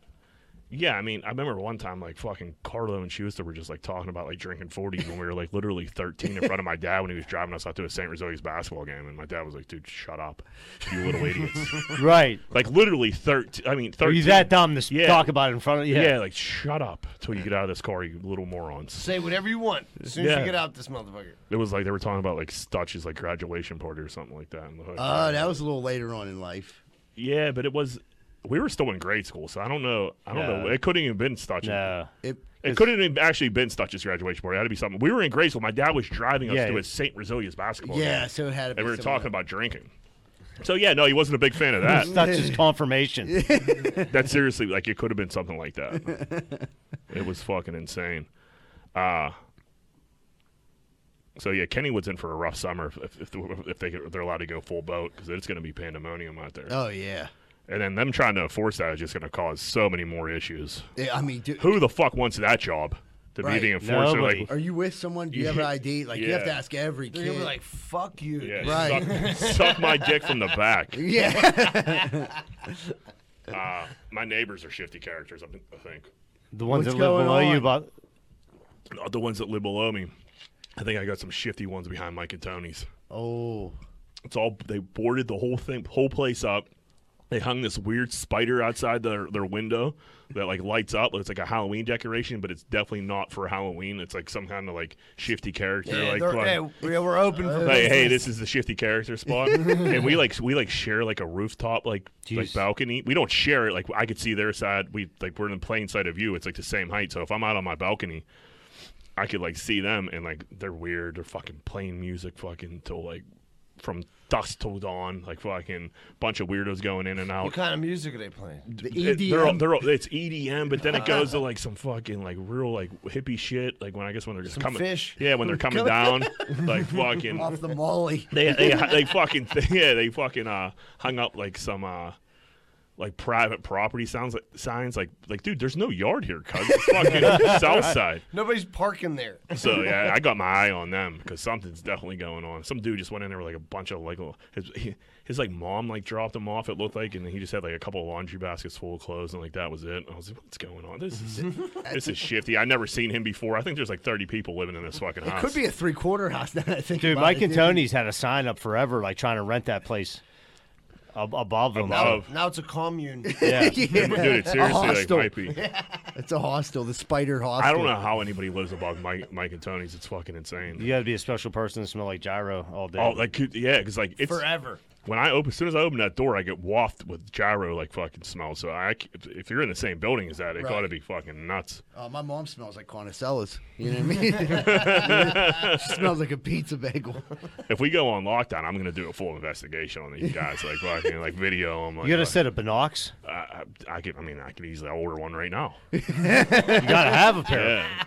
C: yeah. I mean, I remember one time like fucking Carlo and Schuster were just like talking about like drinking forties when we were like literally thirteen in front of my dad when he was driving us out to a St. Rosalia's basketball game, and my dad was like, "Dude, shut up, you little idiots!"
D: Right.
C: like literally thirteen. I mean,
D: Are
C: thirteen.
D: you that dumb to s-
C: Yeah.
D: talk about it in front of
C: Yeah. like shut up till you get out of this car, you little morons.
B: Say whatever you want as soon as
C: Yeah.
B: you get out this motherfucker.
C: It was like they were talking about like Stutch's like graduation party or something like that. In the hood.
A: Oh, that was a little later on in life.
C: yeah, but it was we were still in grade school, so I don't know. I don't know.
D: Yeah.
C: It couldn't even been Stutch's.
D: No.
A: It,
C: It couldn't have actually been Stutch's graduation party. It had to be something. We were in grade school. My dad was driving us
D: Yeah.
C: to a St. Rosalia's basketball
A: yeah,
C: game,
A: so it had. To be
C: and we were
A: somewhere.
C: talking about drinking. So yeah, no, he wasn't a big fan of that.
D: That's just confirmation.
C: that seriously, like, it could have been something like that. it was fucking insane. Uh so yeah, Kennywood's in for a rough summer if if, if, if they if they're allowed to go full boat because it's going to be pandemonium out there.
A: Oh yeah.
C: And then them trying to enforce that is just going to cause so many more issues.
A: Yeah, I mean, dude,
C: Who the fuck wants that job to
A: Right.
C: be the enforcer?
D: Nobody.
C: Like,
A: are you with someone? Do you have an ID? Like you have to
C: Yeah.
A: ask every
B: They're gonna
A: kid.
B: be like, fuck you.
C: yeah,
B: dude.
A: Right.
C: suck, suck my dick from the back.
A: yeah.
C: Uh, my neighbors are shifty characters. I think- I think.
D: The ones
A: What's
D: that
A: going
D: live below
A: on?
D: you about
C: Not the ones that live below me. I think I got some shifty ones behind Mike and Tony's.
A: oh.
C: It's all they boarded the whole thing, whole place up. They hung this weird spider outside their, their window that like lights up. It's like a Halloween decoration, but it's definitely not for Halloween. It's like some kind of like shifty character.
B: Yeah,
C: like,
B: they're-
C: fuck-
B: hey, we- we're open for
C: like,
B: business.
C: hey, this is the shifty character spot, and we like we like share like a rooftop like like
D: Jeez.
C: balcony. We don't share it. Like I could see their side. We like we're in plain sight of you. It's like the same height. So if I'm out on my balcony, I could like see them, and like they're weird. They're fucking playing music, fucking till like from dusk till dawn. Like fucking bunch of weirdos going in and out.
B: What kind of music are they playing?
A: The
C: It-
A: EDM.
C: they're all- they're all- it's EDM, but then it goes to like some fucking like real like hippie shit. Like when I guess when they're just
B: Some
C: coming,
B: fish.
C: yeah, when they're coming down, like fucking
A: off the molly.
C: they they they fucking yeah they fucking uh hung up like some uh like private property sounds like signs like like dude there's no yard here cuz it's fucking south side
B: Nobody's parking there.
C: so yeah I got my eye on them cuz something's definitely going on some dude just went in there with like a bunch of like little- his he, his like mom like dropped him off it looked like and he just had like a couple of laundry baskets full of clothes and like that was it I was like what's going on this is this is shifty I never seen him before I think there's like 30 people living in this fucking house
A: Could be a three quarter house now that I think
D: Dude,
A: about
D: Mike
A: it,
D: and Tony's had a sign up forever, like trying to rent that place ab- above them.
C: Above.
B: Now it's a commune.
D: Yeah.
A: Yeah.
C: dude it seriously like
A: hostel.
C: might be
A: It's a hostel, the spider hostel.
C: I don't know how anybody lives above Mike, Mike and Tony's. It's fucking insane.
D: You got to be a special person to smell like gyro all day.
C: Oh, like could- yeah, because like it's
B: Forever.
C: when I open, as soon as I open that door, I get wafted with gyro like fucking smell. So I, c- if you're in the same building as that, it
A: Right.
C: got to be fucking nuts.
A: Uh, my mom smells like Conicellas. You know what I mean? she smells like a pizza bagel.
C: If we go on lockdown, I'm gonna do a full investigation on these guys, like fucking like video. I'm like,
D: you got a
C: like,
D: set of binocs.
C: I, I, I could, I mean, I could easily order one right now.
D: You got to have a pair.
C: Yeah,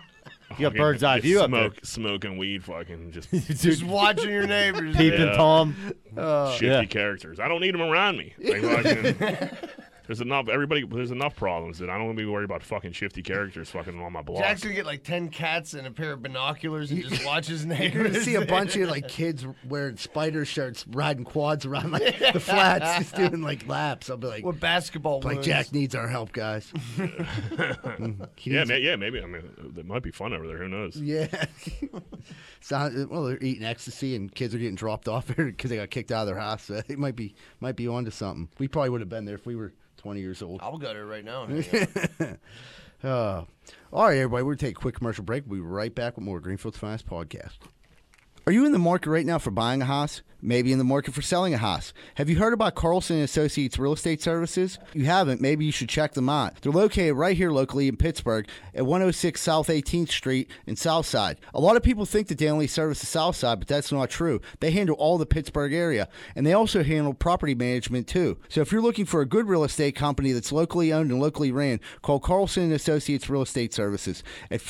D: You got bird's eye view up there.
C: Smoke, smoking weed, fucking just
B: Just watching your neighbors.
D: Peeping
C: Yeah.
D: Tom.
C: shifty
D: yeah.
C: characters. I don't need them around me. Like, fucking- There's enough everybody. There's enough problems that I don't want to be worried about fucking shifty characters fucking on my blog.
B: Jackson get like ten cats and a pair of binoculars and just watch his
A: You're
B: neighbors.
A: gonna see a bunch of like kids wearing spider shirts, riding quads around like the flats, just doing like laps. I'll be like,
B: with basketball.
A: like
B: wounds.
A: Jack needs our help, guys. Mm-hmm. He
C: Yeah,
A: needs-
C: ma- yeah, maybe. I mean, it might be fun over there. Who knows?
A: Yeah. Sound, well, they're eating ecstasy and kids are getting dropped off because they got kicked out of their house. So it might be might be onto something. We probably would have been there if we were 20 years old.
B: I'll go there right now.
A: Uh, all right, everybody, we're going to take a quick commercial break. We'll be right back with more Greenfield's Finest Podcast. Are you in the market right now for buying a house? Maybe in the market for selling a house? Have you heard about Carlson and Associates Real Estate Services? If you haven't, maybe you should check them out. They're located right here locally in Pittsburgh at 106 South 18th Street in Southside. A lot of people think that they only service the Southside, but that's not true. They handle all the Pittsburgh area, and they also handle property management too. So if you're looking for a good real estate company that's locally owned and locally ran, call Carlson and Associates Real Estate Services at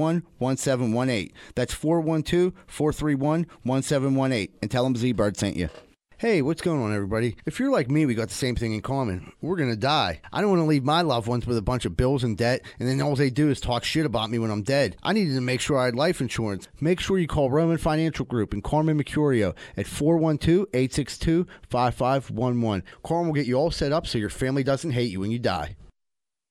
A: 412-431-1718. That's 412-431-1718 and tell them Z-Bird sent you. Hey, what's going on, everybody? If you're like me, we got the same thing in common. We're going to die. I don't want to leave my loved ones with a bunch of bills and debt, and then all they do is talk shit about me when I'm dead. I needed to make sure I had life insurance. Make sure you call Roman Financial Group and Carmen Mercurio at 412 862 5511. Carmen will get you all set up so your family doesn't hate you when you die.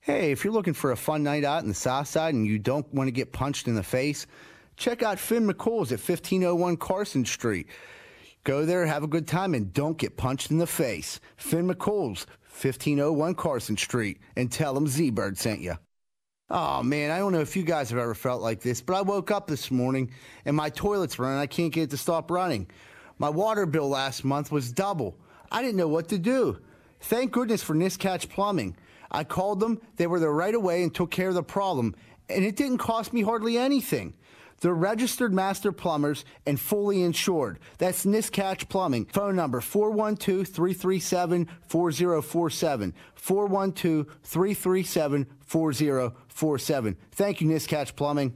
A: Hey, if you're looking for a fun night out in the South Side and you don't want to get punched in the face, check out Finn McCool's at 1501 Carson Street. Go there, have a good time, and don't get punched in the face. Finn McCool's, 1501 Carson Street, and tell them Z-Bird sent you. Oh man, I don't know if you guys have ever felt like this, but I woke up this morning and my toilet's running. I can't get it to stop running. My water bill last month was double. I didn't know what to do. Thank goodness for Niscatch Plumbing. I called them, they were there right away and took care of the problem, and it didn't cost me hardly anything. They're registered master plumbers and fully insured. That's Niscatch Plumbing. Phone number 412 337 4047. 412 337 4047. Thank you, Niscatch Plumbing.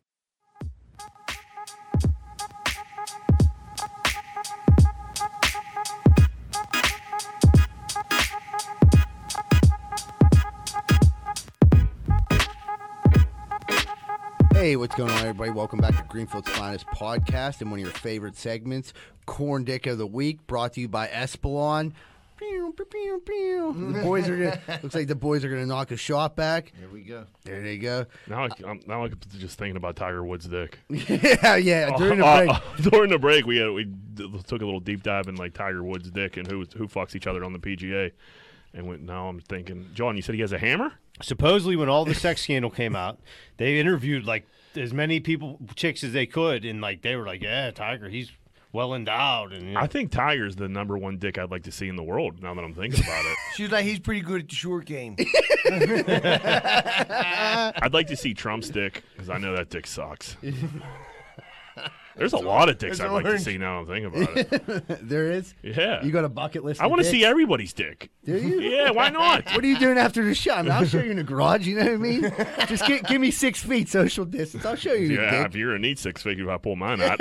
A: Hey, what's going on, everybody? Welcome back to Greenfield's Finest Podcast and one of your favorite segments, Corn Dick of the Week, brought to you by Espelon. Pew, pew, pew, pew. The boys are gonna, looks like the boys are gonna knock a shot back.
B: Here we go.
A: There they go.
C: Now I, am now I'm just thinking about Tiger Woods' dick.
A: Yeah, yeah. During the
C: Uh,
A: break,
C: uh, during the break, we had, we d- took a little deep dive in like Tiger Woods' dick and who who fucks each other on the PGA. And went, now I'm thinking, John, you said he has a hammer.
D: supposedly when all the sex scandal came out, they interviewed like as many people chicks as they could, and like they were like, yeah, Tiger, he's well endowed, and you know.
C: I think Tiger's the number one dick I'd like to see in the world. Now that I'm thinking about it,
B: She's like, he's pretty good at the short game.
C: I'd like to see Trump's dick because I know that dick sucks. There's a lot of dicks
B: it's
C: I'd like
B: orange.
C: to see now. that I'm thinking about it.
A: there is.
C: Yeah,
A: You got a bucket list.
C: I
A: of
C: want to
A: dicks?
C: see everybody's dick.
A: Do you?
C: Yeah, why not?
A: What are you doing after the show? I mean, I'll show you in the garage. You know what I mean? Just gi- give me six feet social distance. I'll show you.
C: Yeah,
A: Yeah,
C: if you're gonna need six figures, I pull mine out.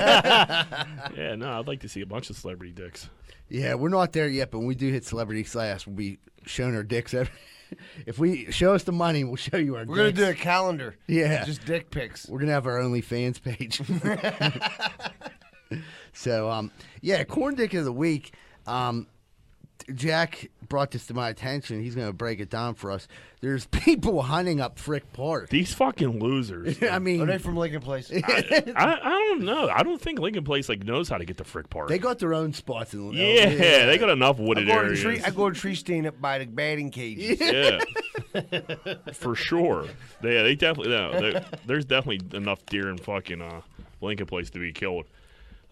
C: yeah, no, I'd like to see a bunch of celebrity dicks.
A: yeah, we're not there yet, but when we do hit celebrity slash, we'll be showing our dicks. Every- if we show us the money, we'll show you our.
B: We're gonna
A: dicks.
B: do a calendar.
A: Yeah.
B: Just dick pics.
A: We're gonna have our OnlyFans page. so, um, yeah, corn dick of the week. Um, Jack brought this to my attention. He's gonna break it down for us. There's people hunting up Frick Park.
C: These fucking losers.
A: I
B: Are they
A: mean,
B: from Lincoln Place?
C: I, I don't know. I don't think Lincoln Place like knows how to get to Frick Park.
A: they Oh, got their own spots in.
C: yeah, they got enough
B: I
C: wooded
B: go, to
C: areas.
B: tree, I go to tree stand up by the batting cages.
C: yeah, for sure. They- Yeah, they definitely. No, they- there's definitely enough deer in fucking uh, Lincoln Place to be killed.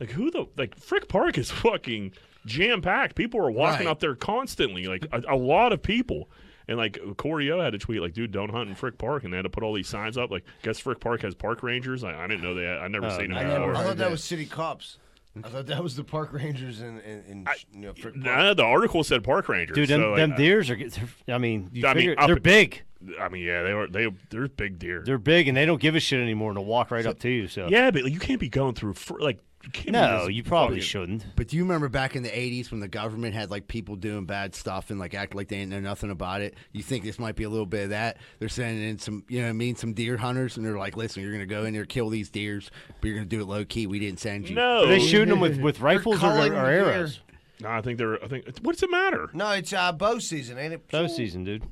C: Like who the like Frick Park is fucking jam packed. People are walking
A: Right.
C: up there constantly. Like a, a lot of people. And like Corey O had a tweet like, "Dude, don't hunt in Frick Park," and they had to put all these signs up. Like, guess Frick Park has park rangers. Like, I didn't know they. Had, I never seen them.
B: I, never,
C: before.
B: I thought that was city cops. I thought that was the park rangers in, in, in you know, Frick Park.
C: Nah, the article said park rangers.
D: Dude, them,
C: so, like, uh,
D: them deers are. get- they're- I mean, you
C: I mean,
D: figure,
C: up
D: they're
C: in-
D: big.
C: I mean, yeah, they were they they're big deer.
D: They're big, and they don't give a shit anymore. And they'll walk right up to you. So
C: yeah, but you can't be going through fr- like. You can't be
D: no,
C: just
D: you probably
C: fucking-
D: shouldn't.
A: But do you remember back in the '80s when the government had like people doing bad stuff and like act like they didn't know nothing about it? You think this might be a little bit of that? They're sending in some, you know, what I mean, some deer hunters, and they're like, "Listen, you're gonna go in there, kill these deers, but you're gonna do it low key. We didn't send you."
C: No,
D: Are they shooting them with, with rifles or
B: coloring
D: like or
B: the deer.
D: arrows?
C: No, I think they're. I think. What's the matter?
B: No, it's uh, bow season, ain't it?
D: Bow season, dude.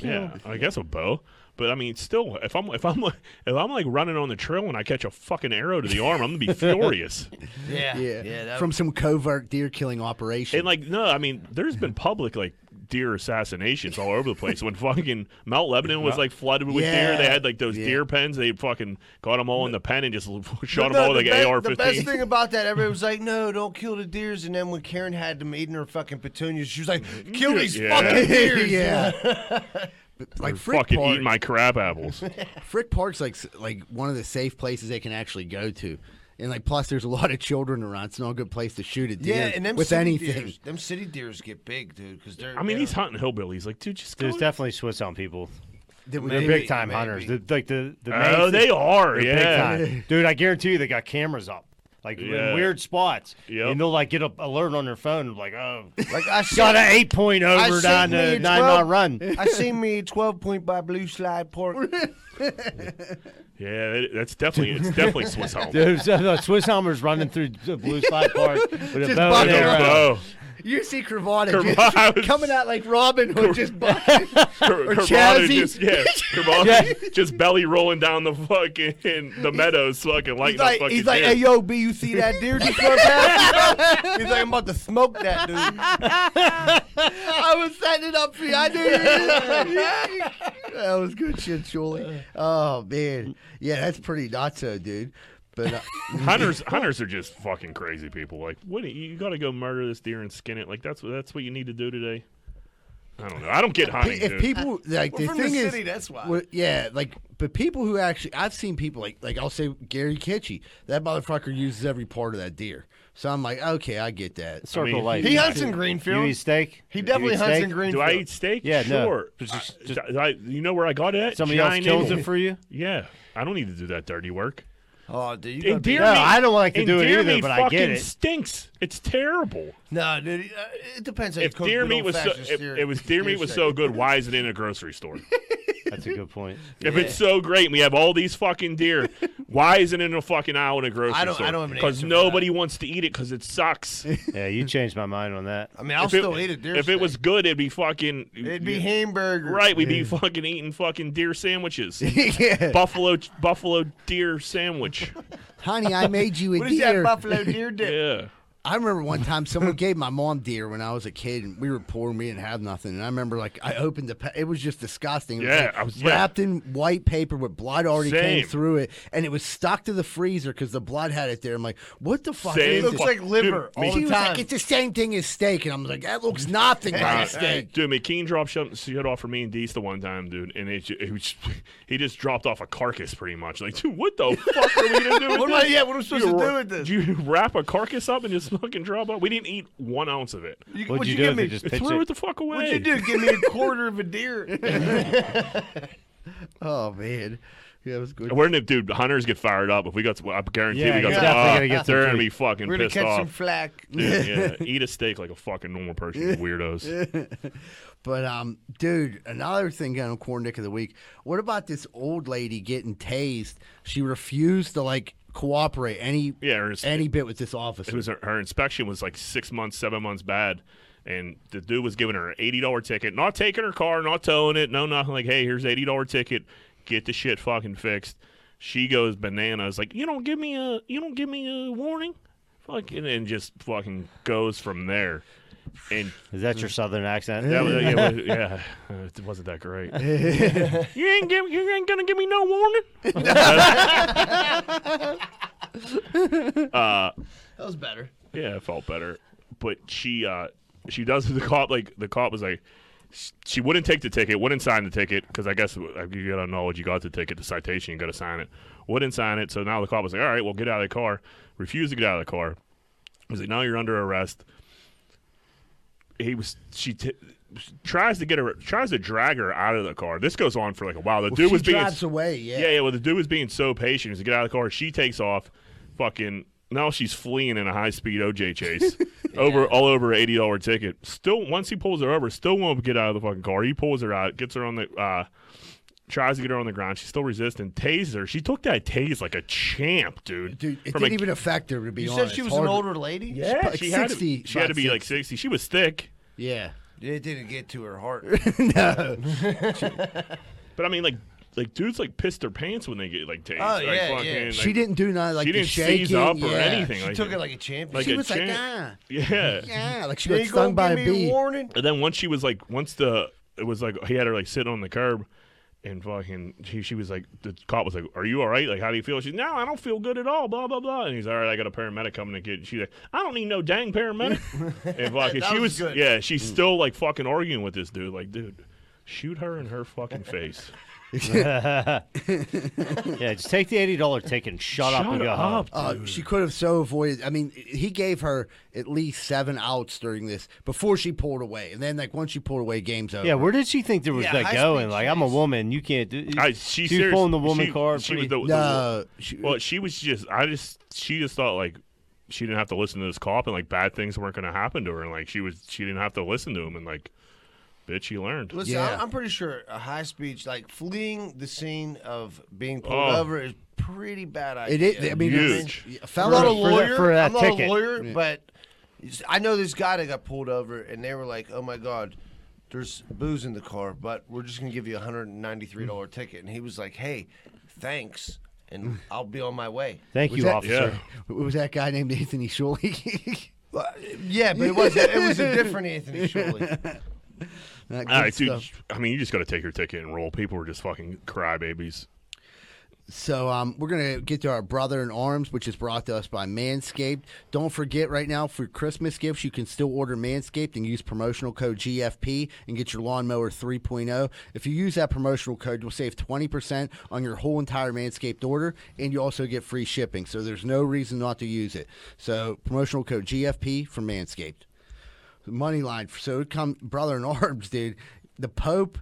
C: Yeah, I guess a bow. But I mean, still, if I'm if I'm if I'm like running on the trail and I catch a fucking arrow to the arm, I'm gonna be furious.
B: Yeah,
A: yeah,
B: that-
A: from some covert deer killing operation.
C: And like, no, I mean, there's been public like deer assassinations all over the place. When fucking Mount Lebanon was like flooded with deer, they
A: Yeah.
C: had like those
A: Yeah.
C: deer pens. They fucking caught them all in the pen and just shot
B: But
C: them all
B: the-
C: with like
B: the be- The best
C: AR-15.
B: thing about that, everybody was like, "No, don't kill the deers." And then when Karen had them eating her fucking petunias, she was like, "Kill these
C: Mm-hmm. Yeah.
B: fucking deers!"
A: yeah, But, like Frick
C: Fucking
A: Park,
C: eat my crab apples.
A: Frick Park's like s- like one of the safe places they can actually go to. And like, plus, there's a lot of children around. It's not a good place to shoot a deer
B: Yeah, and them
A: with
B: city
A: anything.
B: deers, them city deers get big, dude. Because they're.
C: I mean,
B: they
C: he's
B: don't-
C: hunting hillbillies. Like, dude, just go.
D: There's definitely Swiss on people.
A: That would
D: They're
A: be-
D: big time hunters.
B: maybe.
D: The- like the, the main
C: Oh,
D: thing-
C: they are.
D: They're
C: Yeah.
D: big time. Dude, I guarantee you they got cameras up. Like
C: Yeah.
D: in weird spots.
C: Yep.
D: And they'll like get a alert on their phone like, oh
B: like I
D: got
B: shot.
D: an eight point over
B: seen
D: nine
B: me
D: uh,
B: a
D: nine
B: 12
D: mile run.
B: I seen me twelve point by Blue Slide Park.
C: Yeah, that- that's definitely it's definitely Swiss home.
D: There's uh, the Swiss Helmers running through the blue slide park with a
A: Just
D: bow and
A: bucking
D: arrow.
C: Bow.
A: You see Cravada
C: Cravada.
A: just coming out like Robin Hood, just bucking.
C: Cur-
A: Or
C: Curvado
A: Chazzy.
C: just, yeah, Curvado
D: Yeah.
C: just belly rolling down the fucking the meadows, fucking
B: He's
C: lighting
B: like,
C: up fucking
B: he's like,
C: deer.
B: "Hey yo, B, you see that deer just run past?" me, bro?" he's like, "I'm about to smoke that dude."
A: I was setting it up for you. I knew you. that was good shit, Julie. Oh man, yeah, that's pretty nutso, dude. But uh,
C: hunters, hunters are just fucking crazy people. Like, what do you, you got to go murder this deer and skin it? Like, that's what that's what you need to do today. I don't know. I don't get
A: pe-
C: hunting.
A: if
C: dude.
A: people like
B: We're
A: the
B: from the
A: thing is,
B: city, that's why.
A: well, yeah, like, but people who actually, I've seen people like, like I'll say Gary Kitschy. That motherfucker uses every part of that deer. So I'm like, okay, I get that.
D: Circle
C: I mean,
D: light.
B: He hunts in
D: You eat
B: Greenfield.
D: steak?
B: He
D: You
B: definitely
D: eat
B: hunts
D: steak?
B: in Greenfield.
C: do I eat steak?
D: Yeah, no.
C: sure.
D: But just-
C: I-
D: just-
C: I- you know where I got it? at?
D: Somebody
C: Giant
D: else kills
C: Eagle.
D: it for you?
C: Yeah, I don't need to do that dirty work.
B: Oh, dude, you gotta
C: And
B: be-
C: deer
D: No,
C: meat-
D: I don't like to
C: and
D: do it
C: deer
D: either,
C: meat
D: but I get
C: fucking
D: it.
C: Stinks. It's terrible.
B: No, dude, uh, it depends. how you
C: if
B: cook
C: deer
B: good
C: meat was so,
B: old-fashioned
C: if,
B: steer-
C: it was deer meat was
B: steak.
C: so good, why is it in a grocery store?
D: That's a good point.
C: If it's so great, and we have all these fucking deer. Why is it in a fucking aisle in a grocery
B: I don't-
C: store?
B: I don't have an
C: Because
B: answer for
C: nobody wants to eat it because it sucks. if
D: Yeah, you changed my mind on that.
B: I mean, I'll
C: it-
B: still eat a deer.
C: If it
B: steak.
C: was good, it'd be fucking.
B: it'd be hamburger.
C: right. We'd be fucking eating fucking deer sandwiches.
A: yeah,
C: buffalo buffalo deer sandwich.
A: honey, I made you a
B: What is that
A: deer.
B: buffalo deer dip?
C: Yeah.
A: I remember one time someone gave my mom deer when I was a kid, and we were poor, and we didn't have nothing. And I remember like I opened the, pa- it was just disgusting. It was,
C: Yeah,
A: like,
C: I was- yeah.
A: wrapped in white paper with blood already
C: Same.
A: came through it, and it was stuck to the freezer because the blood had it there. I'm like, what the fuck?
C: Same
A: Is
B: It looks
A: this?
C: fuck-
B: like liver
C: Dude,
B: all
A: she
B: the
A: was
B: time.
A: like, it's the same thing as steak, and I'm like, that looks nothing like a steak.
C: Dude, McKean dropped shut, shut off for me and Dees the one time, dude, and it, ju- it was, he just dropped off a carcass pretty much. Like, dude, what the fuck are we gonna do? With
B: What am
C: this?
B: I- yeah, what am I supposed
C: You
B: to do
C: wra-
B: with this?
C: Do you wrap a carcass up and just fucking drop up? We didn't eat one ounce of it.
B: You-
D: What'd you, do
B: give
D: if
B: me?
D: you just pitched
C: Threw it
D: it?
C: the fuck away.
B: What'd you do? Give me a quarter of a deer.
A: Oh man, yeah, it was good.
C: We're gonna, dude. Hunters get fired up if we got. I guarantee
D: Yeah,
C: we got.
D: you're
C: some-
D: definitely
C: ah,
D: gonna get some
C: They're gonna
D: heat.
C: be fucking
B: We're gonna
C: pissed
B: catch
C: off.
B: some flack.
C: Dude, yeah, eat a steak like a fucking normal person, you weirdos.
A: But um, dude, another thing going on corn dick of the week. What about this old lady getting tased? She refused to like cooperate any
C: Yeah, or it's-
A: any bit with this officer.
C: It was her, her inspection was like six months, seven months bad, and the dude was giving her an eighty dollar ticket, not taking her car, not towing it, no nothing. Like, hey, here's eighty dollar ticket, get the shit fucking fixed. She goes bananas, like you don't give me a you don't give me a warning, fucking, and just fucking goes from there. And
D: Is that your southern accent?
C: that was, yeah, it was- yeah, uh, it wasn't that great. you ain't give, you ain't gonna give me no warning.
E: That was better.
C: Yeah, it felt better. But she uh she does the cop like the cop was like sh- she wouldn't take the ticket, wouldn't sign the ticket because I guess uh, you gotta know what you got the ticket, the citation, you gotta sign it. Wouldn't sign it, so now the cop was like, "All right, well, get out of the car." Refused to get out of the car. He's like, "Now you're under arrest." He was she t- tries to get her tries to drag her out of the car. This goes on for like a while. The dude
A: she
C: was being
A: drives away. Yeah.
C: yeah, yeah. Well, the dude was being so patient. He's like, get out of the car. She takes off. Fucking. Now she's fleeing in a high speed OJ chase over all over an eighty dollar ticket. Still, once he pulls her over, still won't get out of the fucking car. He pulls her out, gets her on the, uh, tries to get her on the ground. She's still resisting. Tases her. She took that tase like a champ, dude.
A: Dude, it
C: From
A: didn't
C: a-
A: even affect her to be
E: You
A: honest.
E: said she was
A: Hardly-
E: an older lady.
C: yeah,
A: like
C: she had
A: 60,
C: to, she had to
A: about
C: be like sixty. She was thick.
A: Yeah.
B: It didn't get to her heart.
A: no.
C: But I mean, like, like dudes like piss their pants when they get like tased.
B: Oh,
C: Like,
B: yeah, yeah.
C: fucking,
A: she
C: like,
A: didn't do none of, like
C: She
A: the
C: didn't
A: shaking.
C: seize up or
A: yeah.
C: anything.
B: She
C: like
B: took
C: that.
B: it like a champion.
C: Like
A: She
C: a
A: was like,
C: champ.
A: ah,
C: Yeah.
A: yeah, like she
B: You
A: got
B: ain't gonna
A: stung by a
B: give me
A: bee.
B: warning?
C: And then once she was like, once the it was like he had her like sitting on the curb, and fucking she she was like the cop was like, "Are you all right? Like, how do you feel?" She's no, I don't feel good at all. Blah blah blah. And he's all right. I got a paramedic coming to get. you." She's like, I don't need no dang paramedic. and fucking
E: That
C: she
E: was
C: was,
E: good.
C: yeah, she's still like fucking arguing with this dude. Like, dude, shoot her in her fucking face.
D: Yeah, just take the eighty dollar ticket and shut, up and
C: Shut
D: go home.
C: up.
A: Uh, she could have so avoided. I mean, he gave her at least seven outs during this before she pulled away, and then like once she pulled away, game's over.
D: Yeah, where did she think there was
E: Yeah,
D: that
E: high
D: going?
E: speed
D: Like, I'm a
E: chase.
D: woman. You can't do.
C: I, she
D: she was
C: serious-
D: pulling the woman
C: she-
D: card.
C: She was
D: pretty-
C: the, the,
A: No, she,
C: Well, she was just I just she just thought like she didn't have to listen to this cop and like bad things weren't gonna happen to her and like she was she didn't have to listen to him and like bitch she learned.
B: Listen,
A: Yeah.
B: I'm- I'm pretty sure a high speech, like fleeing the scene of being pulled
C: Oh.
B: over, is pretty bad idea.
A: it is. I mean,
C: Huge.
A: it's- a
B: I'm
A: felon-
B: not a
D: For that-
B: lawyer.
D: for that
B: I'm not a
D: ticket.
B: lawyer, but I know this guy that got pulled over, and they were like, "Oh my god, there's booze in the car, but we're just gonna give you a hundred and ninety-three dollar ticket." And he was like, "Hey, thanks, and I'll be on my way."
D: Thank
A: Was
D: you,
A: that-
D: officer.
C: Yeah.
A: was that guy named Anthony Shuley?
B: yeah, but it was it was a different Anthony Shuley.
A: That good
C: All right, dude.
A: stuff.
C: I mean, you just got to take your ticket and roll. People were just fucking crybabies.
A: So um, we're gonna get to our brother in arms, which is brought to us by Manscaped. Don't forget, right now for Christmas gifts, you can still order Manscaped and use promotional code GFP and get your lawnmower 3.0. If you use that promotional code, you'll save 20% on your whole entire Manscaped order, and you also get free shipping. So there's no reason not to use it. So promotional code GFP for Manscaped money line. So it come brother in arms, dude. The Pope.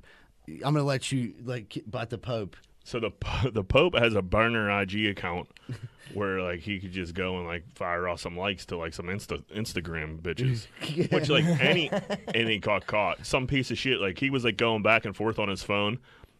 A: I'm gonna let you like about the Pope.
C: So the po- the Pope has a burner IG account where like he could just go and like fire off some likes to like some Insta Instagram bitches, which like any and he got caught. Some piece of shit like he was like going back and forth on his phone.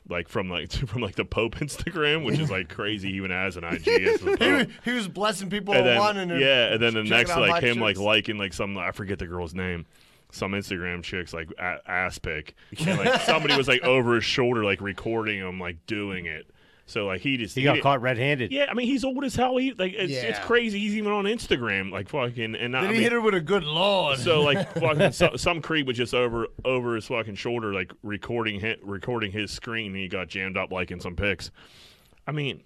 C: Like from like from like the Pope Instagram, which is like crazy. He even has an IG as the
B: he, was,
C: Pope.
B: he was blessing people
C: And
B: online, and
C: then,
B: then
C: yeah, and then the
B: checking
C: next
B: out hot
C: like him like
B: chicks.
C: liking like some I forget the girl's name, some Instagram chicks like a- ass pic, and like somebody was like over his shoulder like recording him like doing it. So like he just
D: He got
C: did-
D: caught red-handed.
C: Yeah, I mean he's old as hell. He like it's, it's
A: Yeah.
C: crazy. He's even on Instagram like fucking and not,
B: Then
C: I
B: he
C: mean,
B: hit her with a good lawn.
C: so like fucking so, some creep was just over over his fucking shoulder like recording hit recording his screen and he got jammed up liking some pics. I mean,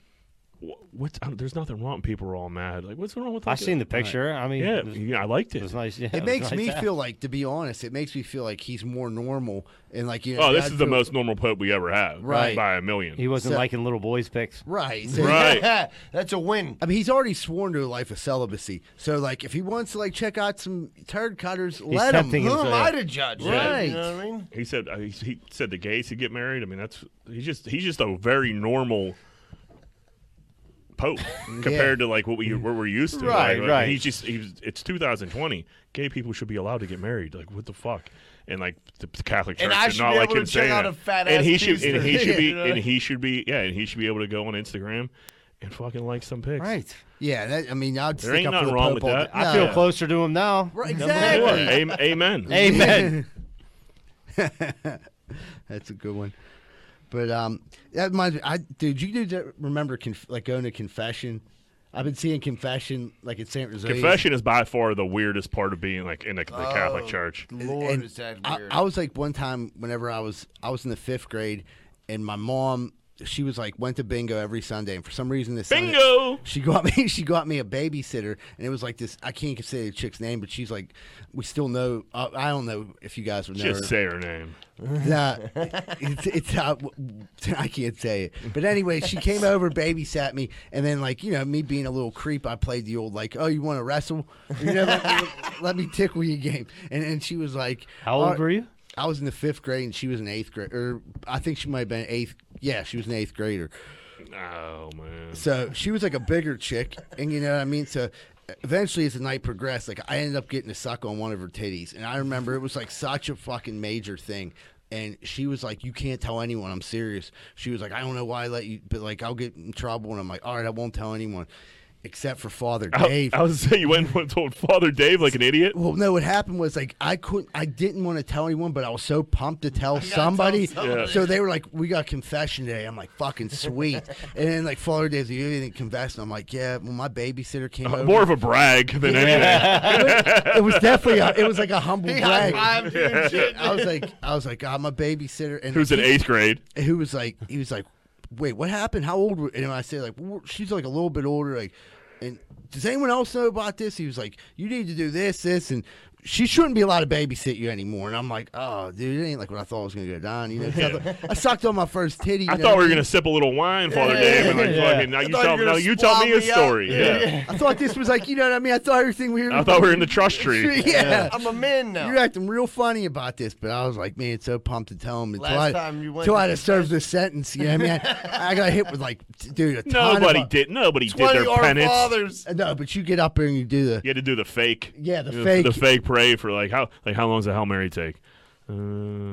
C: wh- what's I don't- there's nothing wrong. People are all mad. Like what's wrong with?
D: I
C: like,
D: seen the picture. I mean,
C: Yeah,
D: it was, it
C: yeah, I liked it.
D: was nice. Yeah,
A: It
D: was
A: makes
D: nice
A: me
D: out.
A: feel like, to be honest, it makes me feel like he's more normal and like you know.
C: Oh, this
A: I'd
C: is the
A: feel-
C: most normal pope we ever have,
A: Right.
C: By a million.
D: he wasn't
A: So-
D: liking little boys' pics.
A: right. So-
C: right.
B: that's a win.
A: I mean, he's already sworn to a life of celibacy. So, like, if he wants to like check out some turd cutters, let him.
D: tempting
B: Who
D: So-
B: am I to judge?
A: Right.
B: You know what I mean?
C: he said uh, he, he said the gays to get married. I mean, that's he's just he's just a very normal pope compared to like what we what we're used to.
D: Right,
C: Like, like,
D: right.
C: He's just he's it's 2020. Gay people should be allowed to get married. Like what the fuck? And like the Catholic Church
B: And I
C: should
B: should
C: not
B: be
C: like
B: able
C: him
B: to check
C: saying
B: out
C: that.
B: a fat
C: and
B: ass
C: he should and he
B: Tuesday.
C: should be
B: You know?
C: and he should be yeah and he should be able to go on Instagram and fucking like some pics.
D: Right.
A: Yeah, that, I mean, I'd
C: There
A: stick
C: ain't
A: up for the
C: nothing wrong
A: Pope
C: with
A: all
C: that.
A: day.
D: I
A: No.
D: feel closer to him now.
A: Right,
C: Sure.
A: exactly.
C: Am- Amen.
D: Amen.
A: That's a good one. But um, that reminds me, I dude, you do remember conf- like going to confession? I've been seeing confession like at Saint Rosales.
C: Confession is by far the weirdest part of being like in the, the Catholic Church.
B: Oh, Lord,
A: And
B: is that
A: I,
B: weird?
A: I was like one time whenever I was I was in the fifth grade, and my mom she was like went to bingo every Sunday, and for some reason this Sunday-
C: Bingo.
A: she got me she got me a babysitter and it was like this I can't even say the chick's name but she's like we still know uh, I don't know if you guys would know
C: Just
A: her.
C: say her name.
A: Nah, it's, it's uh, w- I can't say it but anyway she came over babysat me and then like you know me being a little creep I played the old like oh you want to wrestle you know let me, let me tickle you game and and she was like
D: How old
A: "All-
D: were you?
A: I was in the fifth grade and she was in eighth grade or I think she might have been eighth yeah she was an eighth grader
C: Oh man.
A: so she was like a bigger chick, and you know what I mean. So eventually, as the night progressed, like I ended up getting a suck on one of her titties, and I remember it was like such a fucking major thing. And she was like, "You can't tell anyone. I'm serious." She was like, "I don't know why I let you, but like I'll get in trouble." And I'm like, "All right, I won't tell anyone, except for Father
C: I,
A: Dave."
C: I was saying you went and told Father Dave like an idiot.
A: well, no, what happened was like I couldn't, I didn't want to tell anyone, but I was so pumped to tell somebody.
E: somebody. Yeah.
A: So they were like, "We got confession today." I'm like, "Fucking sweet!" and then like Father Dave's, like, "You didn't confess?" And I'm like, "Yeah." Well, my babysitter came over.
C: More of a brag than anything.
A: it was definitely a, it was like a humble brag.
E: high-fived you and shit.
A: I was like, I was like, I'm a babysitter, and
C: Who's in eighth grade?
A: who was like, he was like, wait, what happened? How old? Were, and I say like, well, she's like a little bit older, like, and does anyone else know about this? He was like, you need to do this, this, and she shouldn't be allowed to babysit you anymore. And I'm like, oh, dude, it ain't like what I thought was gonna go down. You know, 'Cause I, thought- I sucked on my first titty. you
C: I
A: know
C: thought we
A: what
C: were
A: mean?
C: gonna sip a little wine, Father Dave, and like
D: Yeah.
C: fucking. Now
B: I
C: you
B: thought
C: tell,
B: you were
C: now
B: gonna
C: you tell me a
B: swab me up.
C: story. Yeah.
A: I thought this was like, you know what I mean? I thought everything we were.
C: I thought we were in the trust tree.
A: yeah.
B: I'm a man now.
A: You're acting real funny about this, but I was like, man, it's so pumped to tell him. Until
B: Last
A: I,
B: time you went
A: until
B: to
A: I had to serve this sentence, you know what I mean? I, I got hit with like, t- dude, a ton of-
C: Nobody did. Nobody did
B: One
C: their
B: of our
C: penance.
B: fathers.
A: No, but you get up there and you do the.
C: You had to do the fake.
A: Yeah, the
C: you know,
A: fake.
C: The fake pray for like how like how long does the Hail Mary take? Uh,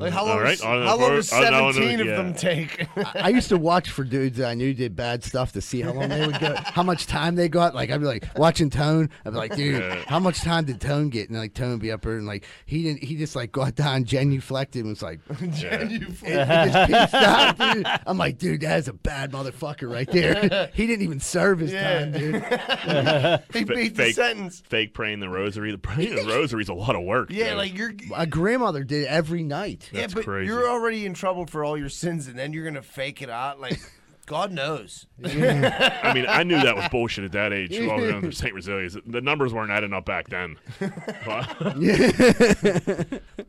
B: Like how long?
C: all right,
B: does-
C: on the
B: how long
C: fourth-
B: does
C: on the- on the-
B: seventeen of
C: yeah.
B: them take?
A: I, I used to watch for dudes that I knew did bad stuff to see how long they would go, how much time they got. Like I'd be like watching Tone. I'd be like, dude, how much time did Tone get? And like Tone would be up there and like he didn't. He just like got down, genuflected, and was like, It just pissed out, dude. I'm like, dude, that is a bad motherfucker right there. he didn't even serve his
B: Yeah.
A: time, dude.
B: He
C: Fa-
B: beat the
C: fake-
B: sentence.
C: Fake praying the rosary. The praying the rosary's a lot of work.
B: Yeah,
C: dude.
B: like you're.
A: My grandmother did it every night.
B: Yeah,
C: That's
B: but
C: crazy.
B: you're already in trouble for all your sins, and then you're gonna fake it out. Like, God knows.
C: I mean, I knew that was bullshit at that age. Well, you know, there's St. Rosalia's. The numbers weren't adding up back then.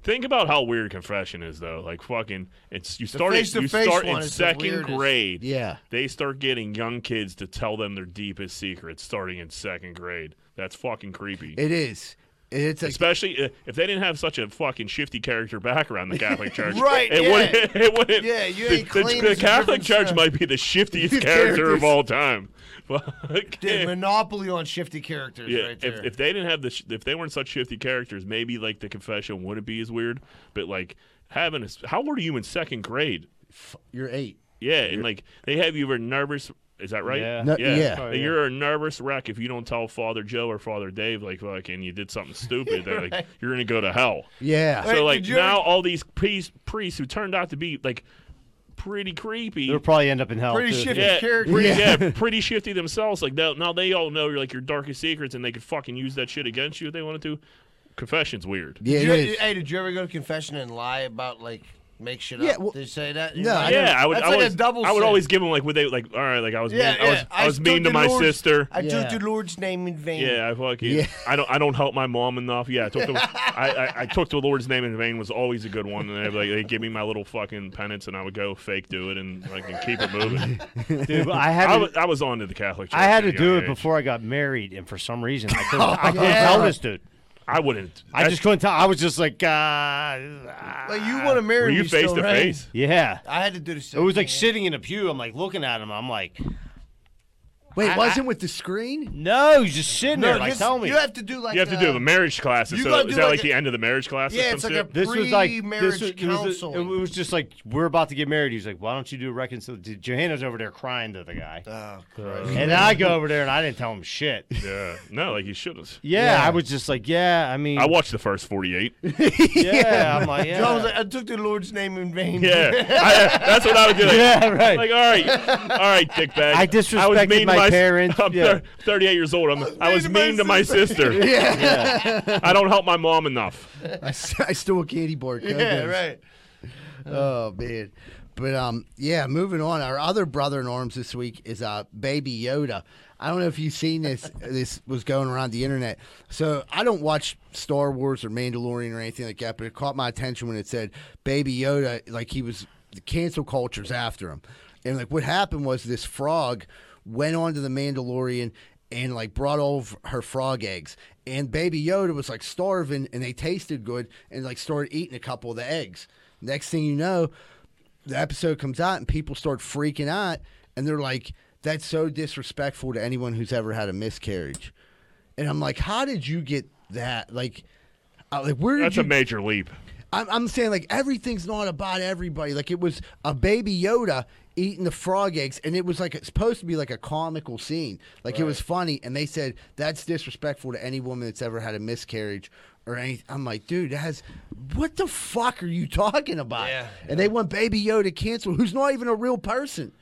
C: Think about how weird confession is, though. Like fucking, it's you start in- you
B: face-to-face
C: start
B: one
C: in
B: is the
C: second
B: weirdest.
C: grade.
A: Yeah.
C: they start getting young kids to tell them their deepest secrets starting in second grade. That's fucking creepy.
A: It is. It's like,
C: Especially uh, if they didn't have such a fucking shifty character background, the Catholic Church.
B: Right,
C: It
B: yeah.
C: wouldn't. It wouldn't.
B: Yeah, you
C: the,
B: ain't
C: the-
B: clean
C: the
B: as a
C: Catholic
B: different
C: Church
B: son.
C: might be the shiftiest character of
B: Characters.
C: all time. Fuck.
B: Dude, monopoly on shifty characters
C: Yeah,
B: right there.
C: if, if they didn't have the sh- if they weren't such shifty characters, maybe like the confession wouldn't be as weird. But like having a s- how old are you in second grade?
A: you're eight.
C: Yeah, and like they have you were nervous. Is that right?
D: Yeah.
A: No, yeah.
D: Oh,
C: And
D: yeah.
C: You're a nervous wreck if you don't tell Father Joe or Father Dave like like and you did something stupid. They're like you're gonna go to hell.
A: Yeah.
B: Wait,
C: So like
B: did you
C: now
B: ever-
C: all these priests priests who turned out to be like pretty creepy.
D: They'll probably end up in hell.
B: Pretty
D: too.
B: shifty
C: Yeah,
B: characters.
C: pretty, yeah. pretty shifty themselves. Like now, now they all know like your darkest secrets, and they could fucking use that shit against you if they wanted to. Confession's weird.
A: Yeah,
B: Did
A: it
B: you-
A: is.
B: Hey, did you ever go to confession and lie about like make shit
A: Yeah,
B: up?
A: well-
B: did you say that?
A: No, I
C: Yeah, I would.
B: That's
C: I
B: like
C: always,
B: a double.
C: I would
B: sin.
C: always give them like would they like. All right, like I was.
B: Yeah,
C: mean, I was,
B: yeah.
C: I was
B: took
C: mean to
B: the
C: my
B: Lord's-
C: sister.
B: I
A: Yeah.
B: took the Lord's name in vain.
C: yeah, I fucking.
A: Yeah.
C: I don't. I don't help my mom enough. Yeah, I took the. I, I, I took the Lord's name in vain was always a good one, and they like they give me my little fucking penance, and I would go fake do it and like and keep it moving.
D: Dude, but I had
C: I
D: to-
C: was, I was on to the Catholic Church.
D: I had
C: at a
D: to do
C: young
D: it
C: age.
D: before I got married, and for some reason I couldn't,
B: Oh,
D: I couldn't tell this dude.
C: I wouldn't.
D: I
C: that-
D: just couldn't tell. I was just like, uh, ah.
B: Like you want to marry
C: were you
B: me
C: face
B: still,
C: to
B: right?
C: face?
D: yeah.
B: I had to do the same.
D: It was like
B: thing.
D: sitting in a pew. I'm like looking at him. I'm like,
A: Wait,
D: I-
A: wasn't with the screen?
D: no, he's just sitting
B: No,
D: there. Like,
B: this-
D: tell me.
B: You have to do like
C: You have to
B: uh,
C: do the marriage class.
B: you
C: So
B: gotta
C: is
B: do
C: that
B: like
C: like
B: a-
C: the end of the marriage class? or
B: Yeah,
C: some
B: it's like
C: shit?
B: a-
D: this was like this
B: Pre-marriage
D: was, it, was it
B: counseling.
D: was just like we're about to get married. He's like, why don't you do reconcile? Johanna's over there crying to the guy,
B: Oh, Christ.
D: and I go over there and I didn't tell him shit. Yeah,
C: yeah. No, like you should have.
D: I was just like, yeah. I mean,
C: I watched the first forty-eight.
D: yeah. I'm like,
B: I was
D: yeah,
B: like, I took the Lord's name in vain.
C: Yeah, I, that's what I would do. Like,
D: yeah, right.
C: Like, uh, all right, all right, dickbag.
D: I
C: was
D: disrespected
C: mean to
D: my
C: s-
D: parents,
C: I'm
D: yeah.
C: thir- 38 years old. I'm, I was mean to my sister.
D: yeah.
C: I don't help my mom enough.
A: I, s- I stole a candy bar.
B: Yeah, right.
A: Oh man, But um, yeah, moving on. Our other brother in arms this week is uh, Baby Yoda. I don't know if you've seen this. this was going around the internet. So I don't watch Star Wars or Mandalorian or anything like that, but it caught my attention when it said Baby Yoda, like he was the cancel culture's after him. And like what happened was this frog went onto the Mandalorian and like brought all of her frog eggs. And Baby Yoda was like starving and they tasted good and like started eating a couple of the eggs. Next thing you know, the episode comes out and people start freaking out and they're like, that's so disrespectful to anyone who's ever had a miscarriage. And I'm like, how did you get that? Like, I- like where did
C: That's
A: you
C: a major leap.
A: I'm, I'm saying like everything's not about everybody. Like it was a baby Yoda eating the frog eggs, and it was like it's supposed to be like a comical scene. Like it was funny, and they said that's disrespectful to any woman that's ever had a miscarriage or anything. I'm like, dude, that has what the fuck are you talking about?
B: Yeah.
A: And they want Baby Yoda canceled, who's not even a real person.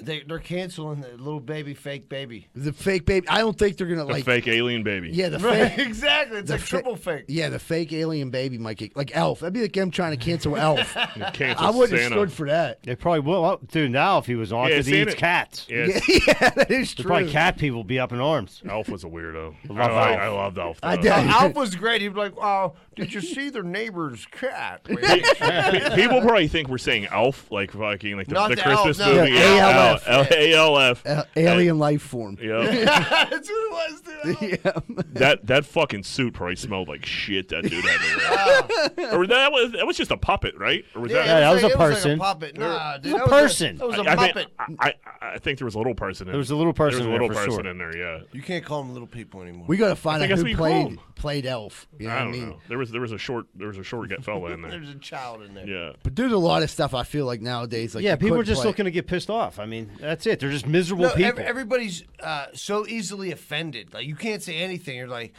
B: They, they're canceling the little baby, fake baby.
A: The fake baby. I don't think they're gonna
C: The
A: like.
C: fake alien baby.
A: Yeah, the
B: Right,
A: fake.
B: exactly. It's
A: the
B: like
A: fa-
B: triple fake.
A: Yeah, the fake alien baby might get like Elf. That'd be like them trying to cancel Elf.
C: You cancel
A: I wouldn't have
C: Santa.
A: stood for that.
D: They probably will. Oh, dude, now if he was on,
C: Yeah,
D: because he
C: Santa-
D: eats cats.
C: Yeah,
A: Yeah, yeah, that is true.
D: There's probably cat people would be up in arms.
C: Elf was a weirdo. I,
D: love
C: I,
D: Elf.
C: I loved Elf.
A: I
C: though.
A: did.
B: Uh, Alf was great. He'd be like, "Oh, did you see their neighbor's cat?" Wait,
C: Pe- People probably think we're saying Elf, like fucking like the,
B: Not
C: the
B: the
C: Christmas
B: elf, no,
C: movie.
A: the
C: Elf.
A: ALF.
C: ALF.
A: A- alien life form.
C: Yep.
B: That's what it was, dude.
A: Yeah.
C: that that fucking suit probably smelled like shit. That dude had. to wear. or that was that was just a puppet, right? Or was
D: Yeah,
C: that?
D: that was
B: it
D: a
B: like
D: person.
B: puppet. Nah, dude,
D: was a
B: that
D: person.
B: That was a
C: I, I think-
B: puppet.
C: I, I, I think there was a little person. In
D: There was a little person
C: There
D: in
C: was a little
D: there for
C: person
D: sure.
C: in there. Yeah.
B: You can't call them little people anymore.
A: We gotta find
C: I
A: out
C: think that's
A: who
C: what you call
A: played
C: 'em.
A: played Elf. You know
C: I
A: what I
C: don't
A: mean?
C: know. There was there was a short there was a short get fella in there.
B: There's a child in there.
C: Yeah.
A: But there's a lot of stuff I feel like nowadays. Like
D: yeah,
A: you
D: people are
A: couldn't
D: just
A: play.
D: looking to get pissed off. I mean, that's it. They're just miserable
B: No, ev-
D: people.
B: everybody's uh, so easily offended. Like you can't say anything. You're like,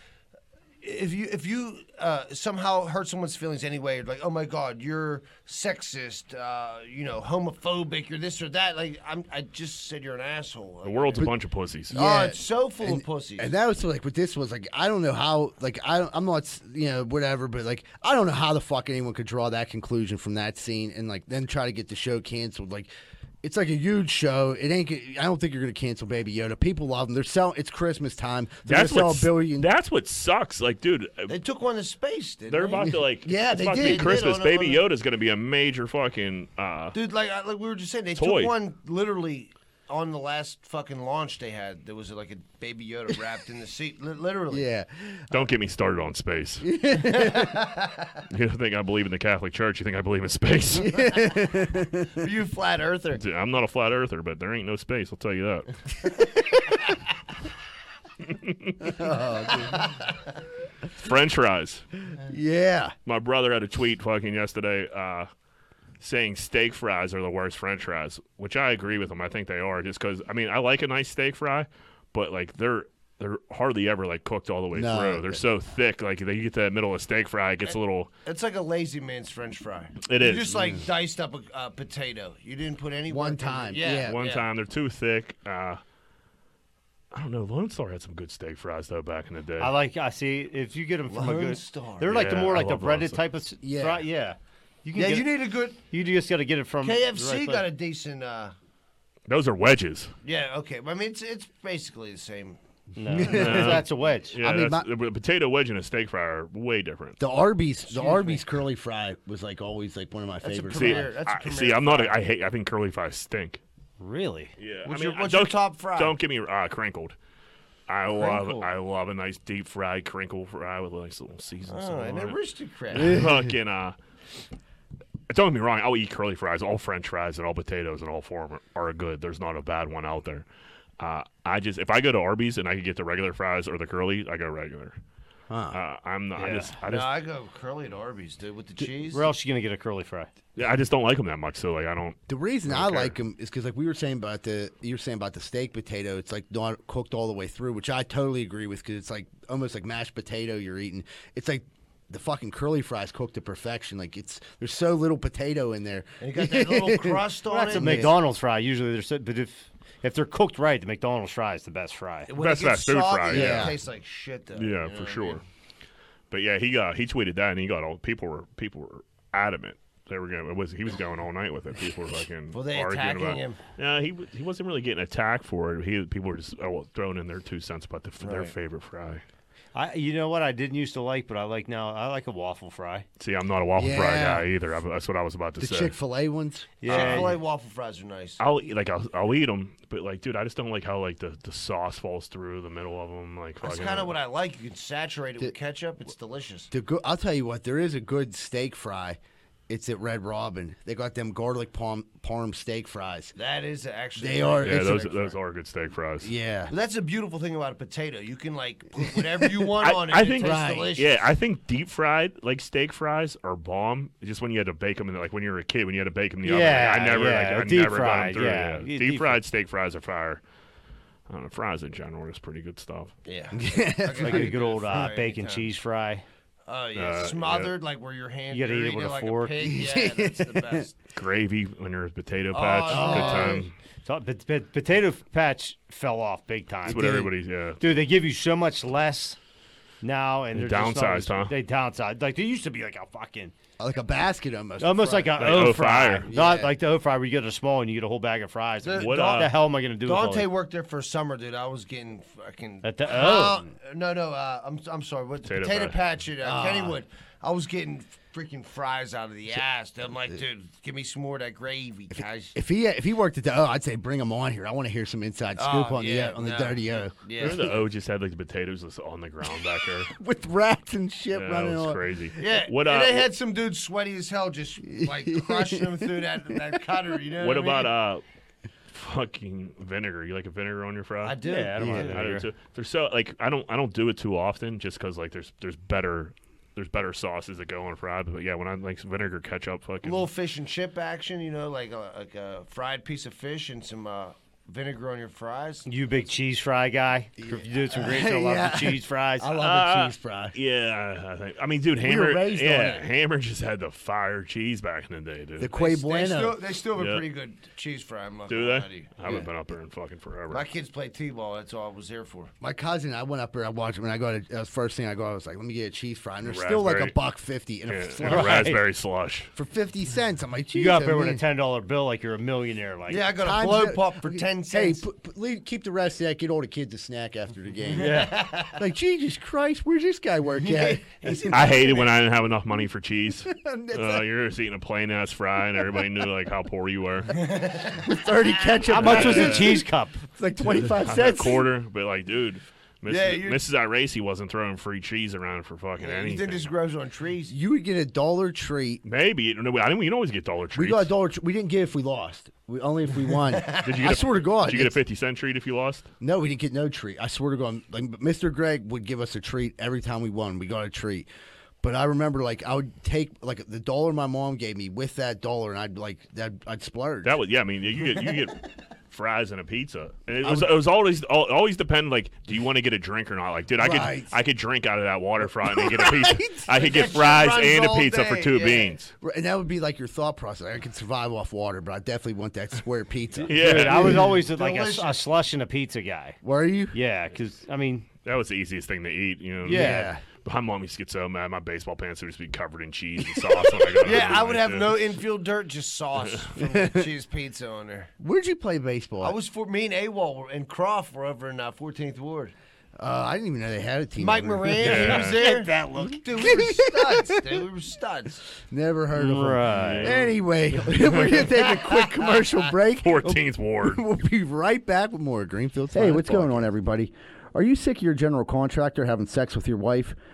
B: if you if you uh, somehow hurt someone's feelings anyway, you're like, oh my god, you're sexist. Uh, you know, homophobic. You're this or that. Like I'm, I just said you're an asshole.
C: The world's a bunch of pussies.
B: Oh,
A: Yeah.
B: it's so full of pussies.
A: And that was like what this was like. I don't know how. Like I don't, I'm not you know whatever, but like I don't know how the fuck anyone could draw that conclusion from that scene and like then try to get the show canceled. Like it's like a huge show. It ain't. g- I don't think you're gonna cancel Baby Yoda. People love them. They're selling. It's Christmas time. They're
C: That's
A: gonna
C: what.
A: sell a billion.
C: That's what sucks. Like, dude,
B: they took one to space. Didn't
C: They're
B: they?
C: about to like
A: Yeah,
C: it's
A: they
C: about
A: did.
C: to
A: They
C: be
A: did
C: Christmas.
B: on a-
C: Baby
B: on
C: Yoda's gonna be a major fucking uh
B: Dude, like I- like we were just saying, they
C: Toy.
B: took one literally on the last fucking launch they had. There was like a baby Yoda wrapped in the seat, li- literally.
A: yeah.
C: don't get me started on space. you don't think I believe in the Catholic Church, you think I believe in space.
B: You flat earther.
C: Dude, I'm not a flat earther, but there ain't no space, I'll tell you that.
A: Oh,
C: French fries.
A: Yeah.
C: My brother had a tweet fucking yesterday uh, saying steak fries are the worst French fries, which I agree with him. I think they are just because I mean I like a nice steak fry, but like they're they're hardly ever like cooked all the way
A: No.
C: through. They're so thick, like they get to that middle of steak fry, it gets a little.
B: It's like a lazy man's French fry.
C: It
B: It
C: is.
B: You just like diced up a uh, potato. You didn't put any
A: One
B: work into it.
A: time,
B: Yeah.
A: yeah.
C: One time they're too thick. Uh, I don't know. Lone Star had some good steak fries though back in the day.
D: I like. I see. If you get them from a
B: Lone
D: good,
B: Star.
D: they're like the
C: Yeah,
D: more
C: I
D: like the
C: love Lone
D: breaded
C: Star.
D: type of s-
A: Yeah.
D: fry- Yeah, you can.
B: Yeah,
D: get
B: you
D: it-
B: need a good
C: Mm,
D: You just got to get it from the
B: KFC.
D: right place.
B: got a decent. uh
C: Those are wedges.
B: Yeah. Okay. I mean, it's it's basically the same.
D: No, that's a wedge.
C: Yeah,
A: I mean,
C: that's- a potato wedge and a steak fry are way different.
A: The Arby's, the Arby's curly fry was like always like one of my
B: a
A: favorites.
C: See,
B: Premier- that's a
C: I-
B: premier
C: see, I'm not. A, I hate. I think curly fries stink.
D: Really?
C: Yeah.
B: What's
C: I mean,
B: your- what's
C: don't-
B: your top fry?
C: Don't get me uh, crinkled. I love
B: Crinkled.
C: I love a nice deep fried crinkle fry with a nice little seasoning.
B: Oh, an aristocrat.
C: Fucking uh. Don't get me wrong. I'll eat curly fries, all French fries, and all potatoes, and all form are good. There's not a bad one out there. Uh, I just if I go to Arby's and I can get the regular fries or the curly, I go regular. Uh, I'm not. I
D: Yeah.
C: just I
B: No,
C: just
B: I go curly at Arby's, dude, with the cheese.
D: Where else you gonna get a curly fry?
C: yeah, I just don't like them that much. So like I don't.
A: The reason I,
C: care.
A: like them is because, like we were saying about the, you were saying about the steak potato. It's like not cooked all the way through, which I totally agree with because it's like almost like mashed potato you're eating. It's like the fucking curly fries cooked to perfection. Like it's there's so little potato in there.
B: And you got that little crust on
D: That's a
B: it.
D: McDonald's fry. Usually they're so, but if if they're cooked right, the McDonald's fry is the best fry.
B: When it
C: That's
B: gets
C: fast food
B: soggy,
C: fry,
A: yeah.
B: It tastes like shit, though.
C: Yeah,
B: you know
C: for
B: what I
C: sure.
B: mean?
C: But yeah, he got he tweeted that and he got all people were people were adamant they were going. It was he was going all night with it. People were fucking
B: Were they
C: arguing
B: attacking
C: about.
B: him?
C: Yeah, he w- he wasn't really getting attacked for it. He people were just oh, well, throwing in their two cents about the, f their
B: Right.
C: favorite fry.
D: I, you know what I didn't used to like, but I like now. I like a waffle fry.
C: See, I'm not a waffle fry
A: Yeah.
C: guy either. I, that's what I was about to
A: The
C: say.
A: Chick Fil A ones.
D: Yeah,
B: Chick-fil-A waffle fries are nice.
C: I'll eat like I'll, I'll eat them, but like, dude, I just don't like how like the, the sauce falls through the middle of them. Like,
B: That's
C: fucking-
B: kind of what I like. You can saturate it with ketchup. It's delicious.
A: The go- I'll tell you what, there is a good steak fry. It's at Red Robin. They got them garlic palm parm steak fries.
B: That is actually.
A: They are.
C: Yeah,
A: it's a-
C: those those are good steak fries.
A: yeah.
B: But that's a beautiful thing about a potato. You can like put whatever you want
C: I,
B: on it.
C: I
B: and
C: think
B: it tastes
A: Right.
B: delicious.
C: yeah, I think deep fried like steak fries are bomb. Just when you had to bake them, in the, like when you were a kid, when you had to bake them in the oven.
D: Yeah,
C: Like, I never,
D: yeah,
C: like, I
D: deep
C: never got 'em
D: fried,
C: through.
D: yeah.
C: Yeah,
D: You-
C: deep,
D: deep
C: fried steak fries are fire. I don't know, fries in general is pretty good stuff.
B: yeah.
D: like a good old uh, bacon cheese fry.
B: Oh yeah,
C: Uh,
B: smothered like where your hand.
D: You gotta
B: you're
D: eat it with
B: eating
D: a
B: like
D: fork.
B: pig. Yeah, that's the best.
C: Gravy when you're a potato patch,
B: Oh,
C: good
B: yeah.
C: time.
D: So, but, but potato patch fell off big time.
C: That's what
A: Dude.
C: everybody's yeah.
D: Dude, they give you so much less now, and
C: They
D: they're just not as-
C: downsized, huh?
D: They downsized. Like they used to be like a fucking
A: Like a basket almost.
D: almost
A: Fry.
D: like a
C: Like
D: O
C: O
D: fry,
C: fryer.
D: not
A: Yeah.
D: like the O fry where you get a small and you get a whole bag of fries.
B: The-
D: what
C: Dante-
D: the hell am I gonna do? with all
B: Dante
D: that?
B: worked there for a summer, dude. I was getting fucking.
D: At the-
B: Oh, no, no. Uh, I'm I'm sorry. What
C: Potato
B: potato, potato
C: patch.
B: patch at uh,
D: Ah.
B: Kennywood? I was getting freaking fries out of the ass. I'm like, dude, give me some more of that gravy, guys.
A: If he if he worked at the O, I'd say bring him on here. I want to hear some inside scoop
B: Oh,
A: on
B: yeah,
A: the on the
B: no.
A: dirty
D: uh,
A: uh, O
B: Yeah,
C: Remember the O just had like the potatoes just on the ground back there.
A: with rats and shit
C: Yeah, that
A: running
C: was
A: on.
C: crazy.
B: yeah.
C: What
B: and
C: uh,
B: they had some dude sweaty as hell, just like crushing him through that that cutter. You know
C: What
B: what, I
C: about
B: mean?
C: uh, fucking vinegar? You like a vinegar on your fry?
B: I do.
D: Yeah, I don't mind
C: I do
D: vinegar.
C: too. They're so like I don't I don't do it too often just because like there's there's better there's better sauces that go on fried. But yeah, when I like vinegar ketchup,
B: a
C: fucking
B: little fish and chip action? You know, like a, like a fried piece of fish and some uh, vinegar on your fries.
D: You big cheese fry guy. You did some great stuff.
A: Yeah.
D: Love the cheese fries.
A: I love
C: Uh,
A: a cheese fry.
C: yeah, I think I mean, dude,
A: were
C: Hammer,
A: raised on
C: yeah,
A: it.
C: Hammer just had the fire cheese back in the day, dude.
A: The Quay
B: They still,
A: Bueno.
B: they still have a
C: Yeah.
B: pretty good cheese fry. I'm not
C: do
B: gonna lie to
C: they?
B: you.
C: I haven't been up there in fucking forever.
B: My kids play t-ball. That's all I was there for.
A: My cousin, I went up there. I watched him, and I got a, uh, first thing I got. I was like, "Let me get a cheese fry." And they're still like a
C: Raspberry.
A: buck fifty and
C: yeah,
A: a
C: and
A: slice
C: a raspberry slush.
A: for fifty cents. I'm like,
D: You got
A: "Jeez,
D: up there
A: I
D: with a
A: mean,
D: ten dollar bill like you're a millionaire. Like
B: Yeah, I got a
A: times
B: blow
A: that-
B: pop for
A: okay,
B: ten cents.
A: Hey, put, put, leave, keep the rest of that. Get all the kids a snack after the game.
D: Yeah.
A: like Jesus Christ, where's this guy work at?
B: He's in-
C: I hated when I didn't have enough money for cheese. uh, you're just eating a plain ass fry, and everybody knew like how poor you were.
A: Thirty ketchup.
D: How much was
A: it?
D: the cheese cup?
A: It's like twenty five
C: I
A: cents.
C: said quarter, but like, dude, Mrs.
B: Yeah, you're-
C: Mrs. Iracy wasn't throwing free cheese around for fucking
B: you think
C: anything.
B: this grows on trees?
A: You would get a dollar treat.
C: Maybe no, I didn't. You always get dollar
A: We
C: treats.
A: got a dollar. Tr- we didn't get it if we lost. We only if we won.
C: Did you
A: I
C: get a-
A: swear to God.
C: Did you get a
A: it's-
C: fifty cent treat if you lost?
A: No, we didn't get no treat. I swear to God, like but Mr. Greg would give us a treat every time we won. We got a treat, but I remember like I would take like the dollar my mom gave me with that dollar, and I'd like that I'd splurge.
C: That was yeah. I mean, you get you get fries and a pizza. And it was it was always al- always depend like, do you want to get a drink or not? Like, dude, I
A: Right.
C: could I could drink out of that water fry and then get a pizza.
A: Right.
C: I could get
B: That shit
C: fries
B: runs
C: and a
B: all
C: pizza for
B: day,
C: two
B: yeah.
C: beans.
A: and that would be like your thought process. I could survive off water, but I definitely want that square pizza.
C: Yeah,
D: Dude, I was always like a,
B: Delicious.
D: a slush and a pizza guy.
A: Were you?
D: Yeah, because I mean,
C: that was the easiest thing to eat. You know.
A: Yeah.
C: My mom used to get so mad. My baseball pants would just be covered in cheese and sauce. when I got
B: Yeah,
C: home.
B: I would have
C: Yeah.
B: no infield dirt, just sauce from the cheese pizza on there.
A: Where'd you play baseball?
B: I was for me and AWOL were, and Croft were over in uh, 14th Ward.
A: Uh, I didn't even know they had a team.
B: Mike
A: over
B: Moran,
A: there.
C: Yeah.
B: he was there.
D: Get that look.
B: Dude, we were studs. Dude, we were studs.
A: Never heard of them.
D: Right.
A: Anyway, we're gonna take a quick commercial break.
C: 14th Ward.
A: We'll be right back with more Greenfield. Hey, what's going on, everybody? Are you sick of your general contractor having sex with your wife?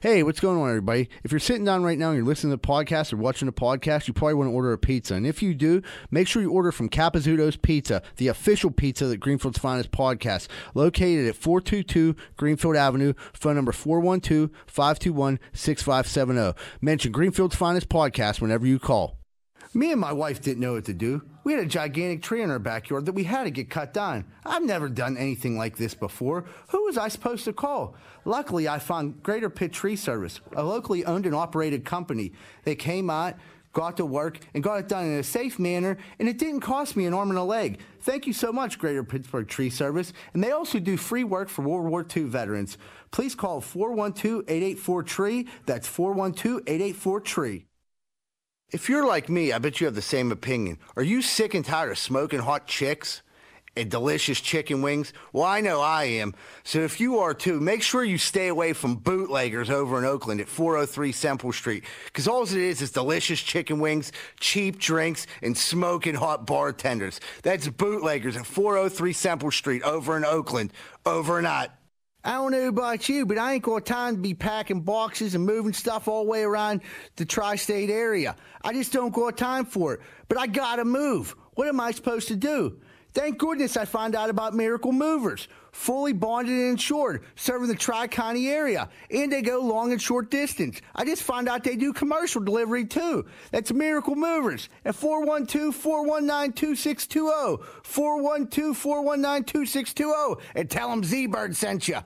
A: Hey, what's going on, everybody? If you're sitting down right now and you're listening to the podcast or watching the podcast, you probably want to order a pizza. And if you do, make sure you order from Capizzuto's Pizza, the official pizza of the Greenfield's Finest podcast, located at 422 Greenfield Avenue, phone number 412 oh. 521 6570. Mention Greenfield's Finest podcast whenever you call.
F: Me and my wife didn't know what to do. We had a gigantic tree in our backyard that we had to get cut down. I've never done anything like this before. Who was I supposed to call? Luckily, I found Greater Pitt Tree Service, a locally owned and operated company. They came out, got to work, and got it done in a safe manner, and it didn't cost me an arm and a leg. Thank you so much, Greater Pittsburgh Tree Service. And they also do free work for World War II veterans. Please call 412 884 TREE. E That's 412 884 TREE. If you're like me, I bet you have the same opinion. Are you sick and tired of smoking hot chicks and delicious chicken wings? Well, I know I am. So if you are too, make sure you stay away from bootleggers over in Oakland at 403 Semple Street because all it is is delicious chicken wings, cheap drinks, and smoking hot bartenders. That's bootleggers at 403 Semple Street over in Oakland overnight. I don't know about you, but I ain't got time to be packing boxes and moving stuff all the way around the tri state area. I just don't got time for it. But I gotta move. What am I supposed to do? Thank goodness I found out about Miracle Movers. Fully bonded and insured, serving the Tri County area. And they go long and short distance. I just found out they do commercial delivery too. That's Miracle Movers at 412 419 2620. 412 419 2620. oh. And tell them Z Bird sent you.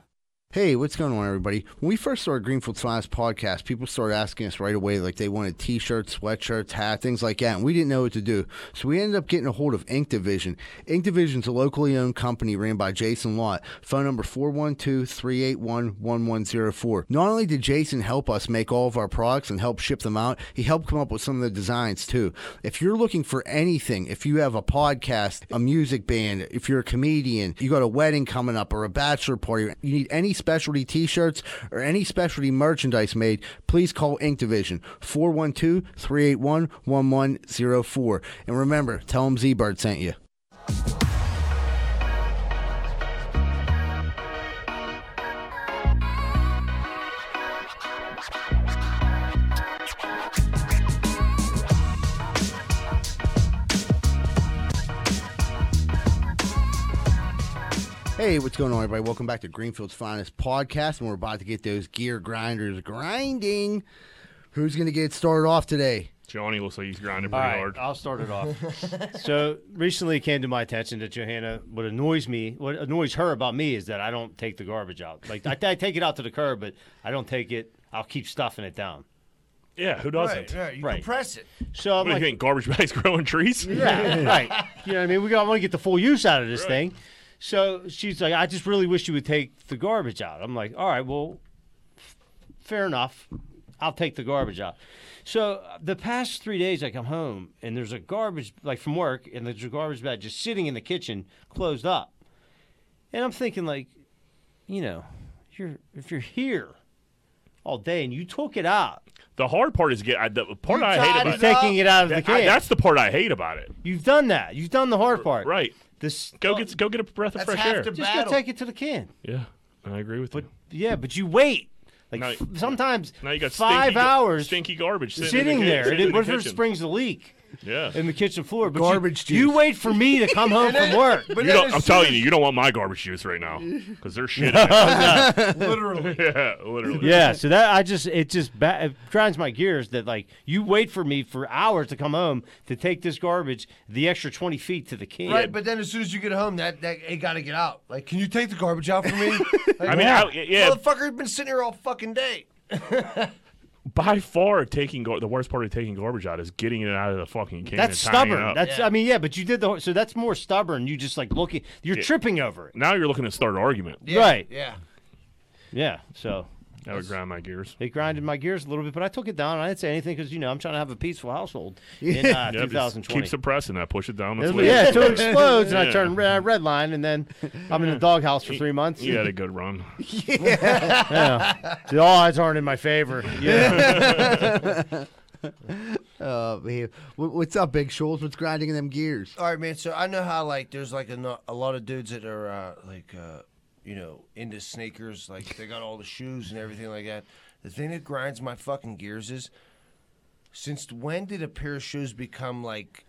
A: Hey, what's going on, everybody? When we first started Greenfield's Finest podcast, people started asking us right away, like they wanted T-shirts, sweatshirts, hat, things like that, and we didn't know what to do. So we ended up getting a hold of Ink Division. Ink Division's a locally owned company ran by Jason Lott. Phone number 412-381-1104. Not only did Jason help us make all of our products and help ship them out, he helped come up with some of the designs too. If you're looking for anything, if you have a podcast, a music band, if you're a comedian, you got a wedding coming up or a bachelor party, you need any specialty t shirts or any specialty merchandise made, please call Ink Division 412 381 1104. And remember, tell them Z Bird sent you. Hey, what's going on, everybody? Welcome back to Greenfield's Finest Podcast, and we're about to get those gear grinders grinding. Who's going to get started off today?
C: Johnny looks like he's grinding
D: All
C: pretty
D: right,
C: hard.
D: I'll start it off. so recently it came to my attention that Johanna, what annoys me, what annoys her about me is that I don't take the garbage out. Like I, I take it out to the curb, but I don't take it. I'll keep stuffing it down.
C: yeah, who doesn't?
B: Right, right. You
D: Right.
B: compress it.
D: So I'm
C: What do
D: like,
C: you think? Garbage bags growing trees?
D: Yeah, right. You know what I mean? We got, I want to get the full use out of this thing. So she's like, I just really wish you would take the garbage out. I'm like, all right, well, f- fair enough. I'll take the garbage out. So uh, the past three days, I come home and there's a garbage, like from work, and there's a garbage bag just sitting in the kitchen, closed up. And I'm thinking, like, you know, you're if you're here all day and you took it out,
C: The hard part is get I, the part I hate
B: tried
C: about
B: to
C: it-
B: take
D: taking it out of the
C: that-
D: can.
C: I- that's the part I hate about it.
D: You've done that. You've done the hard part.
C: Right.
D: This
C: Go get go get a breath of
B: That's
C: fresh
B: half
C: air.
B: the
D: Just
B: battle.
D: go take it to the can.
C: yeah, I agree with
D: But
C: you.
D: yeah, but you wait. Like
C: Now-
D: f- sometimes
C: Now you got
D: five
C: stinky, gar-
D: hours
C: stinky garbage sitting,
D: sitting
C: in the,
D: there.
C: Sitting
D: and it-
C: in the
D: what if it
C: kitchen.
D: springs a leak
C: Yeah.
D: in the kitchen floor? But
A: Garbage
D: you, you
A: juice.
D: wait for me to come home from work.
B: But
C: You
B: then
C: don't,
B: as
C: I'm
B: soon
C: telling
B: as-
C: you, you don't want my garbage juice right now because they're shit. in it.
B: Literally.
C: yeah, literally.
D: Yeah, so that I just it just ba- it grinds my gears that like you wait for me for hours to come home to take this garbage the extra twenty feet to the can.
B: Right, but then as soon as you get home, that that it gotta get out. Like, can you take the garbage out for me? Like,
C: I mean, I, yeah,
B: motherfucker, you've been sitting here all fucking day.
C: by far, taking gar- the worst part of taking garbage out is getting it out of the fucking can.
D: that's
C: and tying it
D: stubborn.
C: up.
D: That's I mean yeah, but you did the so that's more stubborn. You just like looking, you're tripping over it.
C: now you're looking to start an argument.
B: Yeah,
D: Right.
B: Yeah.
D: Yeah, so
C: That would grind my gears.
D: It grinded my gears a little bit, but I took it down. I didn't say anything because you know I'm trying to have a peaceful household in uh,
C: Yeah, just
D: 2020.
C: Keep suppressing that. Push it down. That's what-
D: yeah, so it explodes, and
C: Yeah.
D: I turn red, red line, and then I'm in the doghouse for three months.
C: You had a good run.
D: the odds aren't in my favor. Yeah,
A: Uh, man. Wh- What's up, Big Shoals? What's grinding in them gears?
B: All right, man. So I know how like there's like a, no- a lot of dudes that are uh, like uh, you know into sneakers, like they got all the shoes and everything like that. The thing that grinds my fucking gears is since when did a pair of shoes become like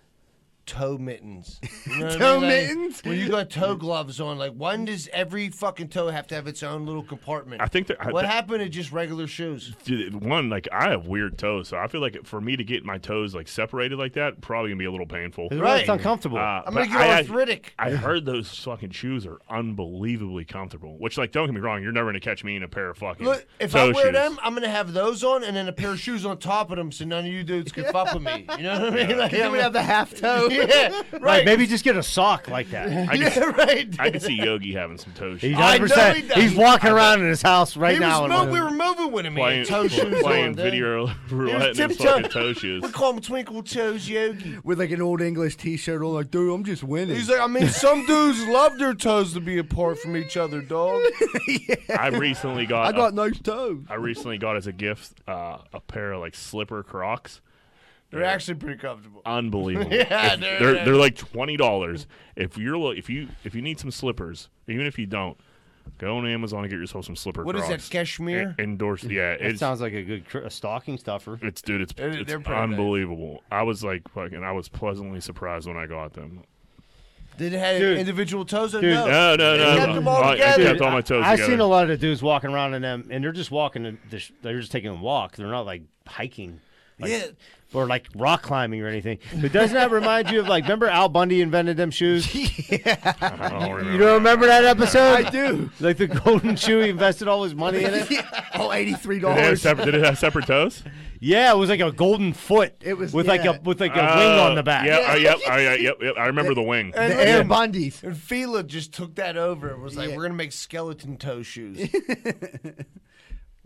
B: toe mittens. You know what I
A: Toe
B: mean? Like,
A: mittens?
B: when you got toe gloves on, like when does every fucking toe have to have its own little compartment?
C: I think that- I
B: what
C: thi-
B: happened to just regular shoes?
C: Dude, one like I have weird toes, so I feel like for me to get my toes like separated like that probably gonna be a little painful.
B: Right.
D: It's uncomfortable.
C: Uh,
B: I'm
C: but
B: gonna get
C: I- I-
B: arthritic.
C: I heard those fucking shoes are unbelievably comfortable. Which, like, don't get me wrong, you're never gonna catch me in a pair of fucking.
B: Look, if
C: toe
B: I wear
C: shoes.
B: them, I'm gonna have those on and then a pair of shoes on top of them, so none of you dudes can fuck with me. You know what I mean? Like,
A: You
B: I'm
A: would have the half toe.
B: gonna- yeah, right.
D: Maybe just get a sock like that.
C: I could,
B: yeah, right.
C: I could see Yogi having some toe
D: He's
C: shoes.
B: I know
D: 100%.
B: he does.
D: He's walking around in his house right
B: He
D: now.
B: was
D: in
B: mo-
D: one of
B: we
D: them.
B: were moving with him. He
C: playing
B: had toe shoes
C: playing
B: on, dude.
C: video roulette in his
B: tiptoe-
C: fucking toe shoes.
B: We call him Twinkle Toes Yogi.
A: With like an old English T-shirt on, like, dude, I'm just winning.
B: He's like, I mean, some dudes love their toes to be apart from each other, dog.
C: I recently got.
A: I
C: a-
A: got nice toes.
C: I recently got as a gift uh, a pair of like slipper Crocs.
B: They're actually pretty comfortable.
C: Unbelievable.
B: Yeah,
C: If-
B: they're-
C: they're
B: they're-
C: they're like twenty dollars. If you're lo- if you if you need some slippers, even if you don't, go on Amazon and get yourself some slipper.
B: What is
C: Crocs.
B: that, cashmere?
C: En- endorsed. Yeah,
D: It
C: it's
D: sounds like a good cr- a stocking stuffer.
C: it's dude, it's,
B: They're-
C: it's
B: they're pretty nice.
C: unbelievable. I was like fucking. I was pleasantly surprised when I got them.
B: Did it have
D: Dude.
B: individual toes? Or
D: Dude.
B: no.
C: No, no, no.
B: They Oh, kept
C: no.
B: them all
C: I-
B: together.
C: I kept all my toes
D: I've
C: together.
D: seen a lot of dudes walking around in them, and they're just walking. in The sh- they're just taking a walk. They're not like hiking. like-
B: Yeah.
D: Or like rock climbing or anything. But doesn't that remind you of like? Remember Al Bundy invented them shoes?
C: I don't remember.
D: You don't remember that episode?
A: I do.
D: Like the golden shoe, he invested all his money in it.
A: Oh, eighty-three
C: Did it, have
A: dollars.
C: separate, did it have separate toes?
D: Yeah, it was like a golden foot.
A: It was-
D: with like
A: yeah.
D: a with like a wing on the back.
C: Yeah, uh, Oh, yep, uh, yeah, yep, yep. I remember the wing.
A: The Air Bundys.
B: And Fila just took that over and was like,
A: Yeah.
B: we're going to make skeleton toe shoes.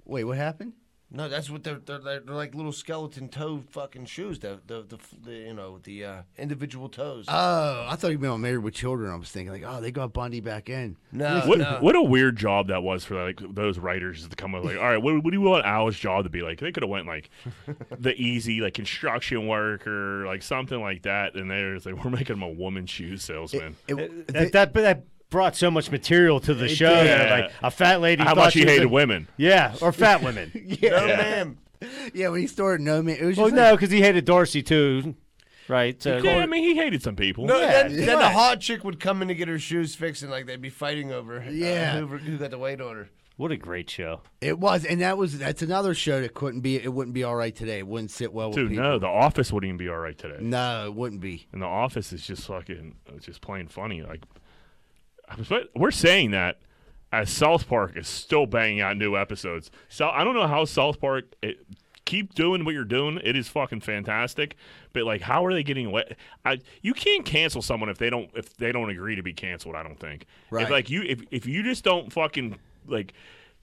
A: Wait, what happened?
B: no, that's what they're, they're, they're, they're like little skeleton toe fucking shoes. The, the, the, the you know, the uh, individual toes.
A: Oh, I thought you meant on Married with Children. I was thinking like, oh, they got Bundy back in.
B: no,
C: What,
B: no.
C: what a weird job that was for like those writers to come up like, all right, what, what do you want Al's job to be like? They could have went like the easy like construction worker, like something like that, and they're just like, we're making him a woman shoe salesman.
A: It-
D: That, that that brought so much material to the show.
C: did.
D: that, Like a fat lady.
C: How
D: thought
C: much
D: she
C: he
D: was
C: hated
D: a-
C: women.
D: Yeah, or fat women.
B: No, ma'am.
A: yeah, when he started No Man, it was
D: Well,
A: just
D: no, because he hated Dorsey too, right? So,
C: Yeah, I mean, he hated some people.
B: No,
D: Yeah,
B: then, then the hot chick would come in to get her shoes fixed, and like they'd be fighting over uh,
A: Yeah.
B: who, who got the weight on her.
D: what a great show!
A: It was, and that was that's another show that couldn't be. It wouldn't be all right today. It wouldn't sit well with
C: Dude,
A: people.
C: no, the office wouldn't even be all right today.
A: No, it wouldn't be.
C: and the office is just fucking it's just plain funny. Like I was- but we're saying that as South Park is still banging out new episodes. So I don't know how South Park it, keep doing what you're doing. It is fucking fantastic. But like, how are they getting away? I, you can't cancel someone if they don't if they don't agree to be canceled. I don't think.
A: Right.
C: If like you if if you just don't fucking like.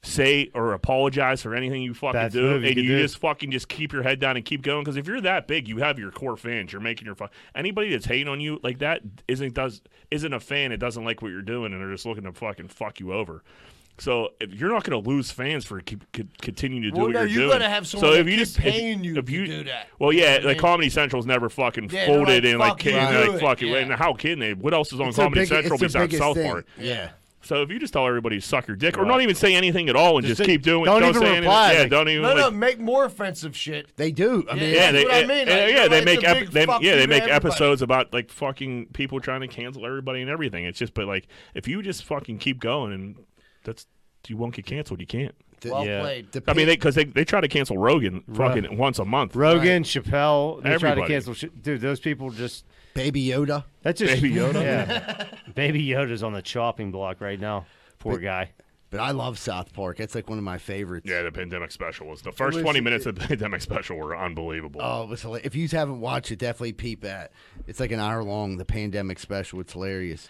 C: Say or apologize for anything you fucking
D: That's
C: do,
D: what
C: and
D: you
C: you
D: could do.
C: just fucking just keep your head down and keep going. Because if you're that big, you have your core fans. You're making your fun. Anybody that's hating on you like that isn't does isn't a fan. It doesn't like what you're doing, and they're just looking to fucking fuck you over. So if you're not going to lose fans for keep, c- continuing to do
B: Well,
C: what
B: no,
C: you're
B: you
C: doing.
B: gotta have someone
C: so
B: that
C: if you
B: keep
C: just if-
B: paying you
C: if
B: to do that.
C: Well, yeah,
B: You know what I
C: like
B: mean?
C: Comedy Central's never fucking
B: Yeah, they're
C: folded
B: like,
C: and like
B: "Fuck you,
C: kid,
B: do
C: like
B: it."
C: fuck it.
B: Yeah.
C: And how can they? What else is on
A: It's their
C: Comedy
A: big-
C: Central
A: it's their
C: besides
A: biggest
C: South
A: thing.
C: Park?
A: Yeah.
C: So if you just tell everybody to suck your dick, or not even say anything at all, and just,
D: Just say-
C: keep doing,
D: don't even
C: say anything.
D: reply,
C: Yeah,
D: like-
C: don't even.
B: No,
C: like,
B: no, make more offensive shit.
A: They do. I mean,
B: Yeah,
C: yeah,
B: that's
C: they,
B: what I
C: yeah,
B: mean.
C: yeah,
B: Like,
C: yeah,
B: you're
C: they
B: like
C: make
B: the
C: ep-
B: big
C: they,
B: fuck
C: yeah,
B: you
C: they
B: to
C: make
B: everybody.
C: episodes about like fucking people trying to cancel everybody and everything. It's just, but like if you just fucking keep going and that's you won't get canceled. You can't.
A: the-
B: Well
D: Yeah.
B: played.
A: the
C: I mean,
A: pig-
C: they because they, they try to cancel Rogan fucking once a month.
D: Rogan, Chappelle, they try to
C: Everybody.
D: cancel. Sh- Dude, those people just
A: Baby Yoda.
D: that's just
C: Baby Yoda?
D: Yeah, Baby Yoda's on the chopping block right now. Poor guy.
A: But I love South Park. That's like one of my favorites.
C: Yeah, the pandemic special was the first
A: was-
C: twenty minutes of the pandemic special were unbelievable.
A: Oh, it was hilarious. If you haven't watched it, definitely peep at. It's like an hour long, the pandemic special. It's hilarious.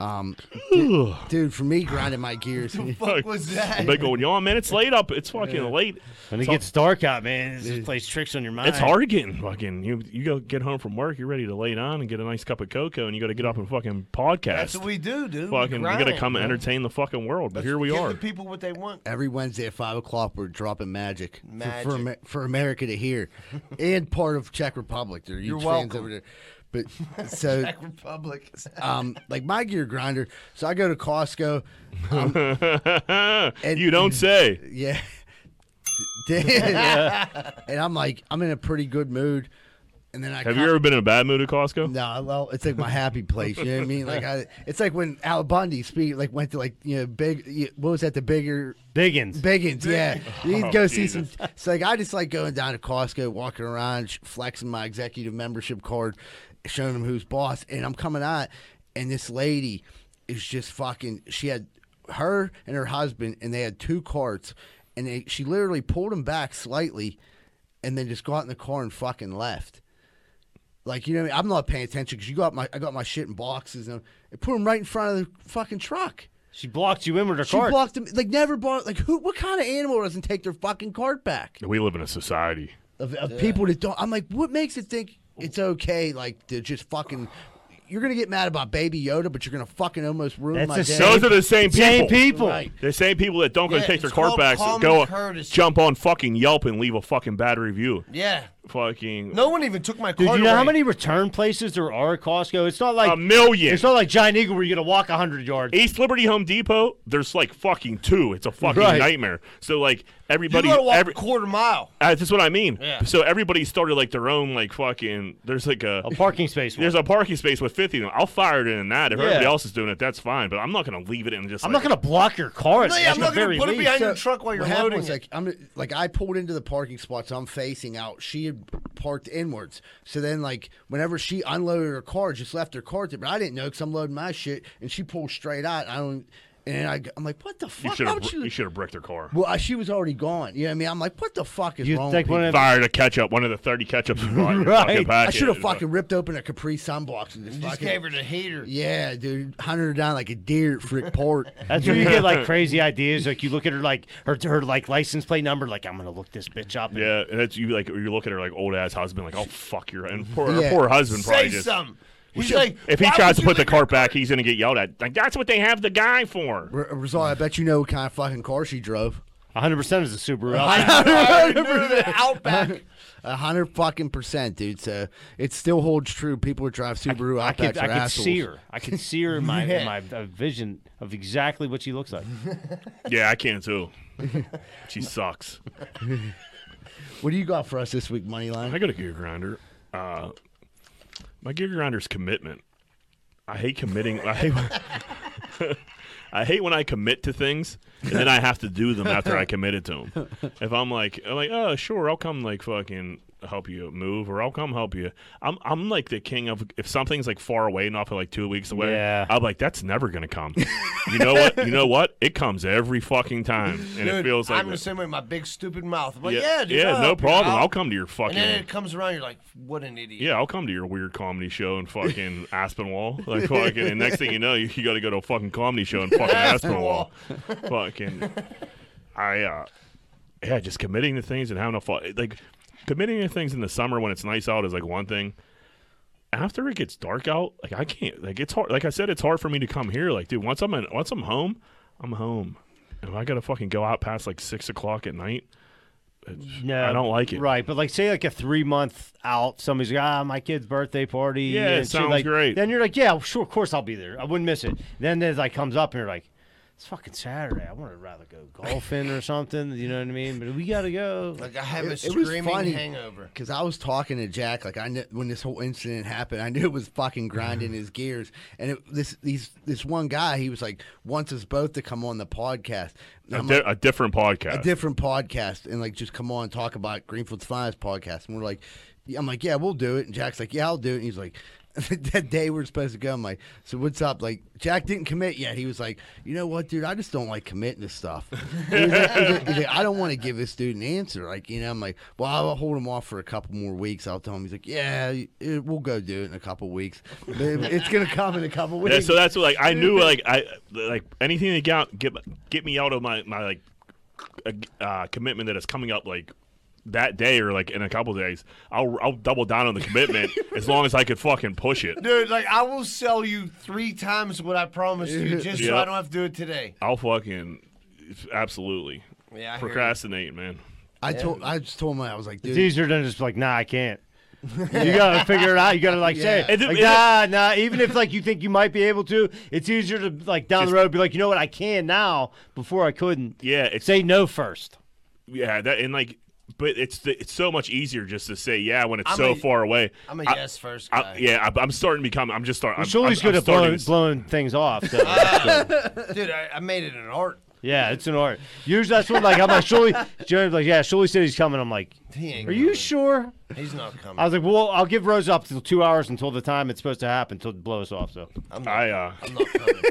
A: Um, dude, dude, for me, grinding my gears.
C: Fuck
B: was that?
C: A big old yawn, man. It's late up. It's fucking late.
D: When it gets dark out, man, it just plays tricks on your mind.
C: It's hard getting fucking. You you go get home from work. You're ready to lay down and get a nice cup of cocoa, and you got to get up and fucking podcast.
B: That's what we do, dude.
C: fucking
B: we
C: we
B: grind,
C: gotta come
B: man.
C: and entertain the fucking world. But
B: Let's
C: here we
B: give
C: are.
B: the people what they want.
A: Every Wednesday at five o'clock, we're dropping magic, for-
B: Magic.
A: For, Amer- for America to hear, and part of Czech Republic. They're huge
B: You're
A: fans
B: welcome.
A: over there. But so,
B: Czech Republic.
A: um, like my gear grinder. So I go to Costco.
C: you don't say.
A: Yeah. and I'm like, I'm in a pretty good mood. And then I
C: Have
A: come-
C: you ever been in a bad mood at Costco?
A: No, well, it's like my happy place. You know what I mean? Like, I, it's like when Al Bundy speak, like went to like you know big. you- What was that? The bigger
D: Biggins.
A: Biggins, yeah. You'd go see some.
C: Jesus.
A: It's like I just like going down to Costco, walking around, sh- flexing my executive membership card, showing them who's boss. And I'm coming out, and this lady is just fucking. She had her and her husband, and they had two carts, and they, she literally pulled them back slightly, and then just got in the car and fucking left. Like you know, what I mean? I'm not paying attention because you got my I got my shit in boxes and I put them right in front of the fucking truck.
D: She blocked you in with her
A: She
D: card.
A: blocked him. Like never bought. Like who? What kind of animal doesn't take their fucking cart back?
C: We live in a society.
A: Of, of people that don't. I'm like, what makes it think it's okay? Like to just fucking. You're gonna get mad about Baby Yoda, but you're gonna fucking almost ruin
D: That's
A: my
D: the
A: day.
D: same-
C: Those are the same people.
D: Same people.
A: Right.
C: The same people that don't go
B: Yeah,
C: take their
B: it's
C: cart
B: called
C: backs
B: common
C: go
B: courtesy.
C: jump on fucking Yelp and leave a fucking bad review.
B: Yeah.
C: Fucking
B: No one even took my
D: Dude,
B: card
D: you know how
B: away.
D: many return places there are at Costco? It's not like
C: a million.
D: It's not like Giant Eagle where you're gonna walk hundred yards.
C: East Liberty Home Depot, there's like fucking two. It's a fucking
D: Right.
C: nightmare. So like
B: You
C: everybody,
B: gotta walk
C: every,
B: a quarter mile.
C: uh, that's what I mean.
B: Yeah.
C: So everybody started like their own like fucking. There's like a,
D: A parking space.
C: there's a parking space with fifty. of them. I'll fire it in that. If
D: Yeah.
C: everybody else is doing it, that's fine. But I'm not gonna leave it in just.
D: I'm
C: like,
D: not gonna block your card.
B: No,
D: at
B: yeah, I'm
D: the
B: not
D: very
B: gonna put it
D: least.
B: behind your truck while you're
A: what happened
B: loading.
A: was,
B: it.
A: like I'm like I pulled into the parking spot, so I'm facing out. She had parked inwards, so then like whenever she unloaded her car, just left her cart there. But I didn't know because I'm loading my shit, and she pulled straight out. I don't, and I, am like, what the
C: You
A: fuck?
C: should
A: Why
C: have.
A: would
C: You should have bricked their car.
A: Well, I, she was already gone. You know what I mean? I'm like, what the fuck is
D: You
A: wrong?
D: think
A: with
D: one
A: people?
D: of
C: Fired a ketchup, one of the thirty ketchups. you bought in your
D: Right.
C: fucking
A: I
C: packet.
A: should have fucking ripped open a Capri sunbox and just,
B: just
A: fucking,
B: gave her the heater.
A: yeah, dude, hunted her down like a deer at Frick Port.
D: That's where you get like crazy ideas. Like you look at her like her her like license plate number. Like I'm gonna look this bitch up. and-
C: Yeah, and that's you like you look at her like old ass husband, like oh fuck your and poor her
A: Yeah.
C: poor husband probably
B: Say
C: just
B: something. He's like,
C: if he
B: "Why
C: tries
B: would
C: to
B: you
C: put the
B: leave your
C: cart back, he's gonna get yelled at. Like that's what they have the guy for.
A: R- Rosal, I bet you know what kind of fucking car she drove.
D: 100% is a Subaru.
A: I
D: Outback.
B: car to the Outback.
A: A hundred fucking percent, dude. So it still holds true. People who drive Subaru
D: I
A: Outbacks
D: could, I
A: are
D: could
A: assholes.
D: see her. I could see her in my, in
B: Yeah.
D: my uh, vision of exactly what she looks like.
C: Yeah, I can too. she sucks.
A: What do you got for us this week,
C: I
A: Moneyline?
C: got a gear grinder. Uh, my gear grinder's commitment. I hate committing. I hate. when- I hate when I commit to things and then I have to do them after I committed to them. If I'm like, I'm like, oh sure, I'll come like fucking help you move or I'll come help you. I'm I'm like the king of if something's like far away enough, like two weeks away.
D: Yeah.
C: I'm like that's never gonna come. you know what? You know what? It comes every fucking time, and it
B: Dude,
C: feels like
B: I'm the
C: that.
B: same way. My big stupid mouth. I'm like, yeah, dude.
C: yeah,
B: I'll
C: no
B: help you
C: problem.
B: out."
C: I'll come to your fucking.
B: And then it comes around. You're like, what an idiot.
C: Yeah, I'll come to your weird comedy show in fucking Aspinwall. Like fucking, and next thing you know, you, you got to go to a fucking comedy show in fucking Aspinwall. fucking, I uh, yeah, just committing to things and having a fun. Like committing to things in the summer when it's nice out is like one thing. After it gets dark out, like I can't. Like it's hard. Like I said, it's hard for me to come here. Like dude, once I'm in, once I'm home, I'm home. And I gotta fucking go out past like six o'clock at night.
D: No,
C: I don't like it.
D: Right, but like say like a three month out, somebody's like, ah, my kid's birthday party.
C: Yeah,
D: and
C: it
D: shit
C: sounds
D: like-
C: great.
D: Then you're like, yeah, sure, of course I'll be there. I wouldn't miss it. Then it like comes up and you're like, it's fucking Saturday. I would to rather go golfing or something. You know what I mean? But we gotta go.
B: Like I have a
A: It- it was
B: screaming
A: funny.
B: hangover.
A: Because I was talking to Jack, like I knew when this whole incident happened, I knew it was fucking
B: Mm-hmm.
A: grinding his gears. And it, this these this one guy, he was like, wants us both to come on the podcast. And
C: A,
A: I'm
C: di-
A: like,
C: a different podcast.
A: a different podcast and like just come on and talk about Greenfield's Finest podcast. And we're like, I'm like, yeah, we'll do it. And Jack's like, yeah, I'll do it. And he's like, that day we are supposed to go. I'm like, so what's up? Like, Jack didn't commit yet. He was like, you know what, dude? I just don't like committing to stuff. He's like, he's like- he's like, I don't want to give this dude an answer. Like, you know, I'm like, well, I'll hold him off for a couple more weeks. I'll tell him. He's like, yeah, it, we'll go do it in a couple weeks. But It's gonna come in a couple weeks.
C: Yeah, so that's what, like I knew like I like anything to get out, get get me out of my my like uh, commitment that is coming up like that day or like in a couple days. I'll I'll double down on the commitment as long as I could fucking push it.
B: Dude, like I will sell you three times what I promised you just so
C: Yeah.
B: I don't have to do it today.
C: I'll fucking absolutely
B: Yeah, I hear
C: procrastinate, man.
A: I told, I just told him, I was like,
D: It's
A: dude,
D: easier than just like, nah, I can't. you gotta figure it out. You gotta like say,
A: Yeah.
C: It-
D: like,
C: it-
D: nah, nah. Even if like you think you might be able to, it's easier to like down the
C: Just-
D: road be like, you know what, I can now before I couldn't.
C: Yeah, it's
D: Say no first.
C: yeah that and like. but but it's the, it's so much easier just to say yeah when it's
B: I'm
C: so
B: a-
C: far away.
B: I'm a
C: I-
B: yes first
C: I-
B: guy.
C: yeah, I, I'm starting to become. I'm just starting. I'm,
D: Shuley's
C: I'm,
D: good
C: I'm
D: at blowing,
C: starting to-
D: blowing things off. So.
B: Dude, I, I made it an art.
D: yeah, it's an art. Usually that's what like I'm like Shuley. Jared's like yeah, Shuley said he's coming. I'm like,
B: He ain't
D: are you
B: coming.
D: sure?
B: He's not coming.
D: I was like, well, I'll give Rose up till two hours until the time it's supposed to happen till it blows off. So
B: I'm not,
C: I uh,
B: I'm not coming.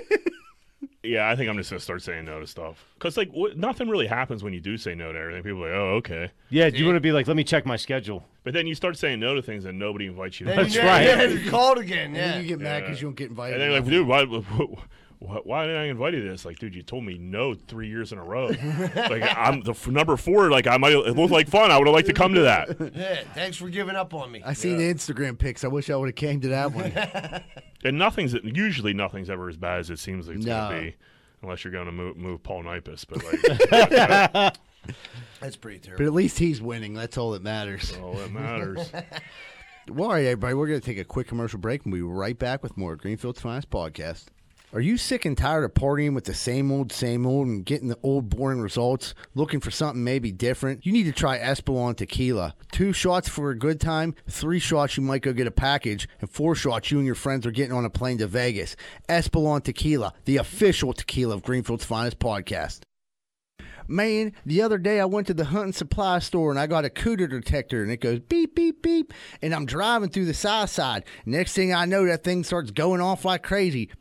C: yeah, I think I'm just gonna start saying no to stuff because like what, nothing really happens when you do say no to everything. People are like, oh okay,
D: yeah, do you want to be like, let me check my schedule?
C: but then you start saying no to things and nobody invites you. To
D: That's
B: You never-
D: right.
B: you never get called again.
A: And then
B: Yeah.
A: you get mad because you don't get invited.
C: And they're like, dude, why, why, why did I invite you to this? Like, dude, you told me no three years in a row. like, I'm the f- number four. Like, I might it looked like fun. I would have liked to come to that.
B: yeah. Thanks for giving up on me.
A: I seen the Instagram pics. I wish I would have came to that one.
C: And nothing's usually nothing's ever as bad as it seems like it's
A: No.
C: gonna be, unless you're gonna move, move Paul Nipus. But like,
B: That's pretty
A: but
B: terrible.
A: at least he's winning. That's all that matters.
C: all that matters.
A: Well, all right, everybody, we're going to take a quick commercial break and we'll be right back with more Greenfield's Finest Podcast. Are you sick and tired of partying with the same old, same old and getting the old, boring results? Looking for something maybe different? You need to try Espolon Tequila. Two shots for a good time, three shots you might go get a package, and four shots you and your friends are getting on a plane to Vegas. Espolon Tequila, the official tequila of Greenfield's Finest Podcast. Man, the other day I went to the hunting supply store and I got a cooter detector and it goes beep, beep, beep. And I'm driving through the side side. Next thing I know, that thing starts going off like crazy.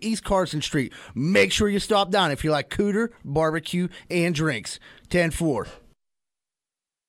A: East Carson Street. Make sure you stop down if you like cooter, barbecue, and drinks. 10 4.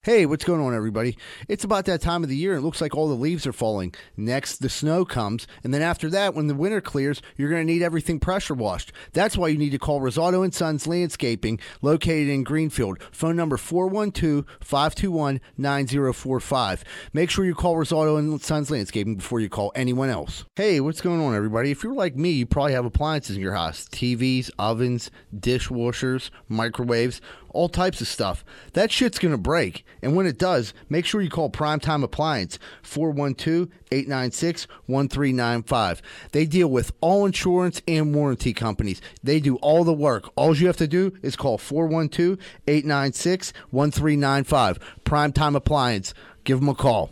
A: Hey, what's going on, everybody? It's about that time of the year. and It looks like all the leaves are falling. Next, the snow comes. And then after that, when the winter clears, you're going to need everything pressure washed. That's why you need to call Rosato and Sons Landscaping, located in Greenfield. Phone number 412 521 9045. Make sure you call Rosato and Sons Landscaping before you call anyone else. Hey, what's going on, everybody? If you're like me, you probably have appliances in your house TVs, ovens, dishwashers, microwaves all types of stuff. That shit's going to break. And when it does, make sure you call Primetime Appliance 412-896-1395. They deal with all insurance and warranty companies. They do all the work. All you have to do is call 412-896-1395. Primetime Appliance. Give them a call.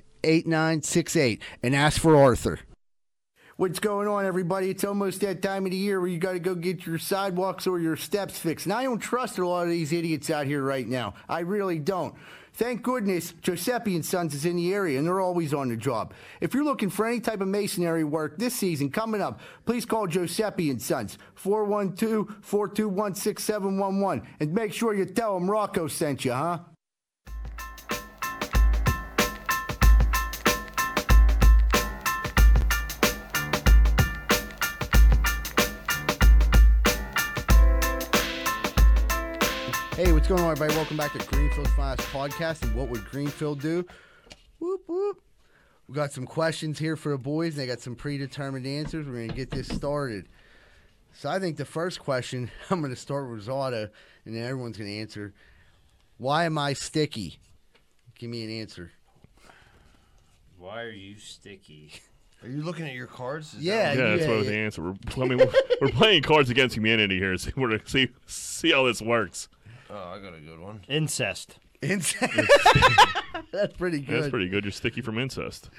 A: 8968 and ask for Arthur.
F: What's going on, everybody? It's almost that time of the year where you got to go get your sidewalks or your steps fixed. And I don't trust a lot of these idiots out here right now. I really don't. Thank goodness Giuseppe and Sons is in the area and they're always on the job. If you're looking for any type of masonry work this season coming up, please call Giuseppe and Sons 412-421-6711 and make sure you tell them Rocco sent you, huh?
A: Hey, what's going on, everybody? Welcome back to Greenfield Finest Podcast and What Would Greenfield Do? Whoop, whoop. We got some questions here for the boys. They got some predetermined answers. We're going to get this started. So I think the first question, I'm going to start with Rosado, and then everyone's going to answer. Why am I sticky? Give me an answer.
D: Why are you sticky?
B: Are you looking at your cards? Is
A: Yeah,
C: Yeah, that's
A: yeah,
C: what was
A: yeah.
C: the answer. We're, I mean, we're, we're playing Cards Against Humanity here. See, we're gonna see see how this works.
B: That, oh, I got a good one.
D: Incest.
A: Insane. That's pretty good.
C: That's pretty good. You're sticky from incest.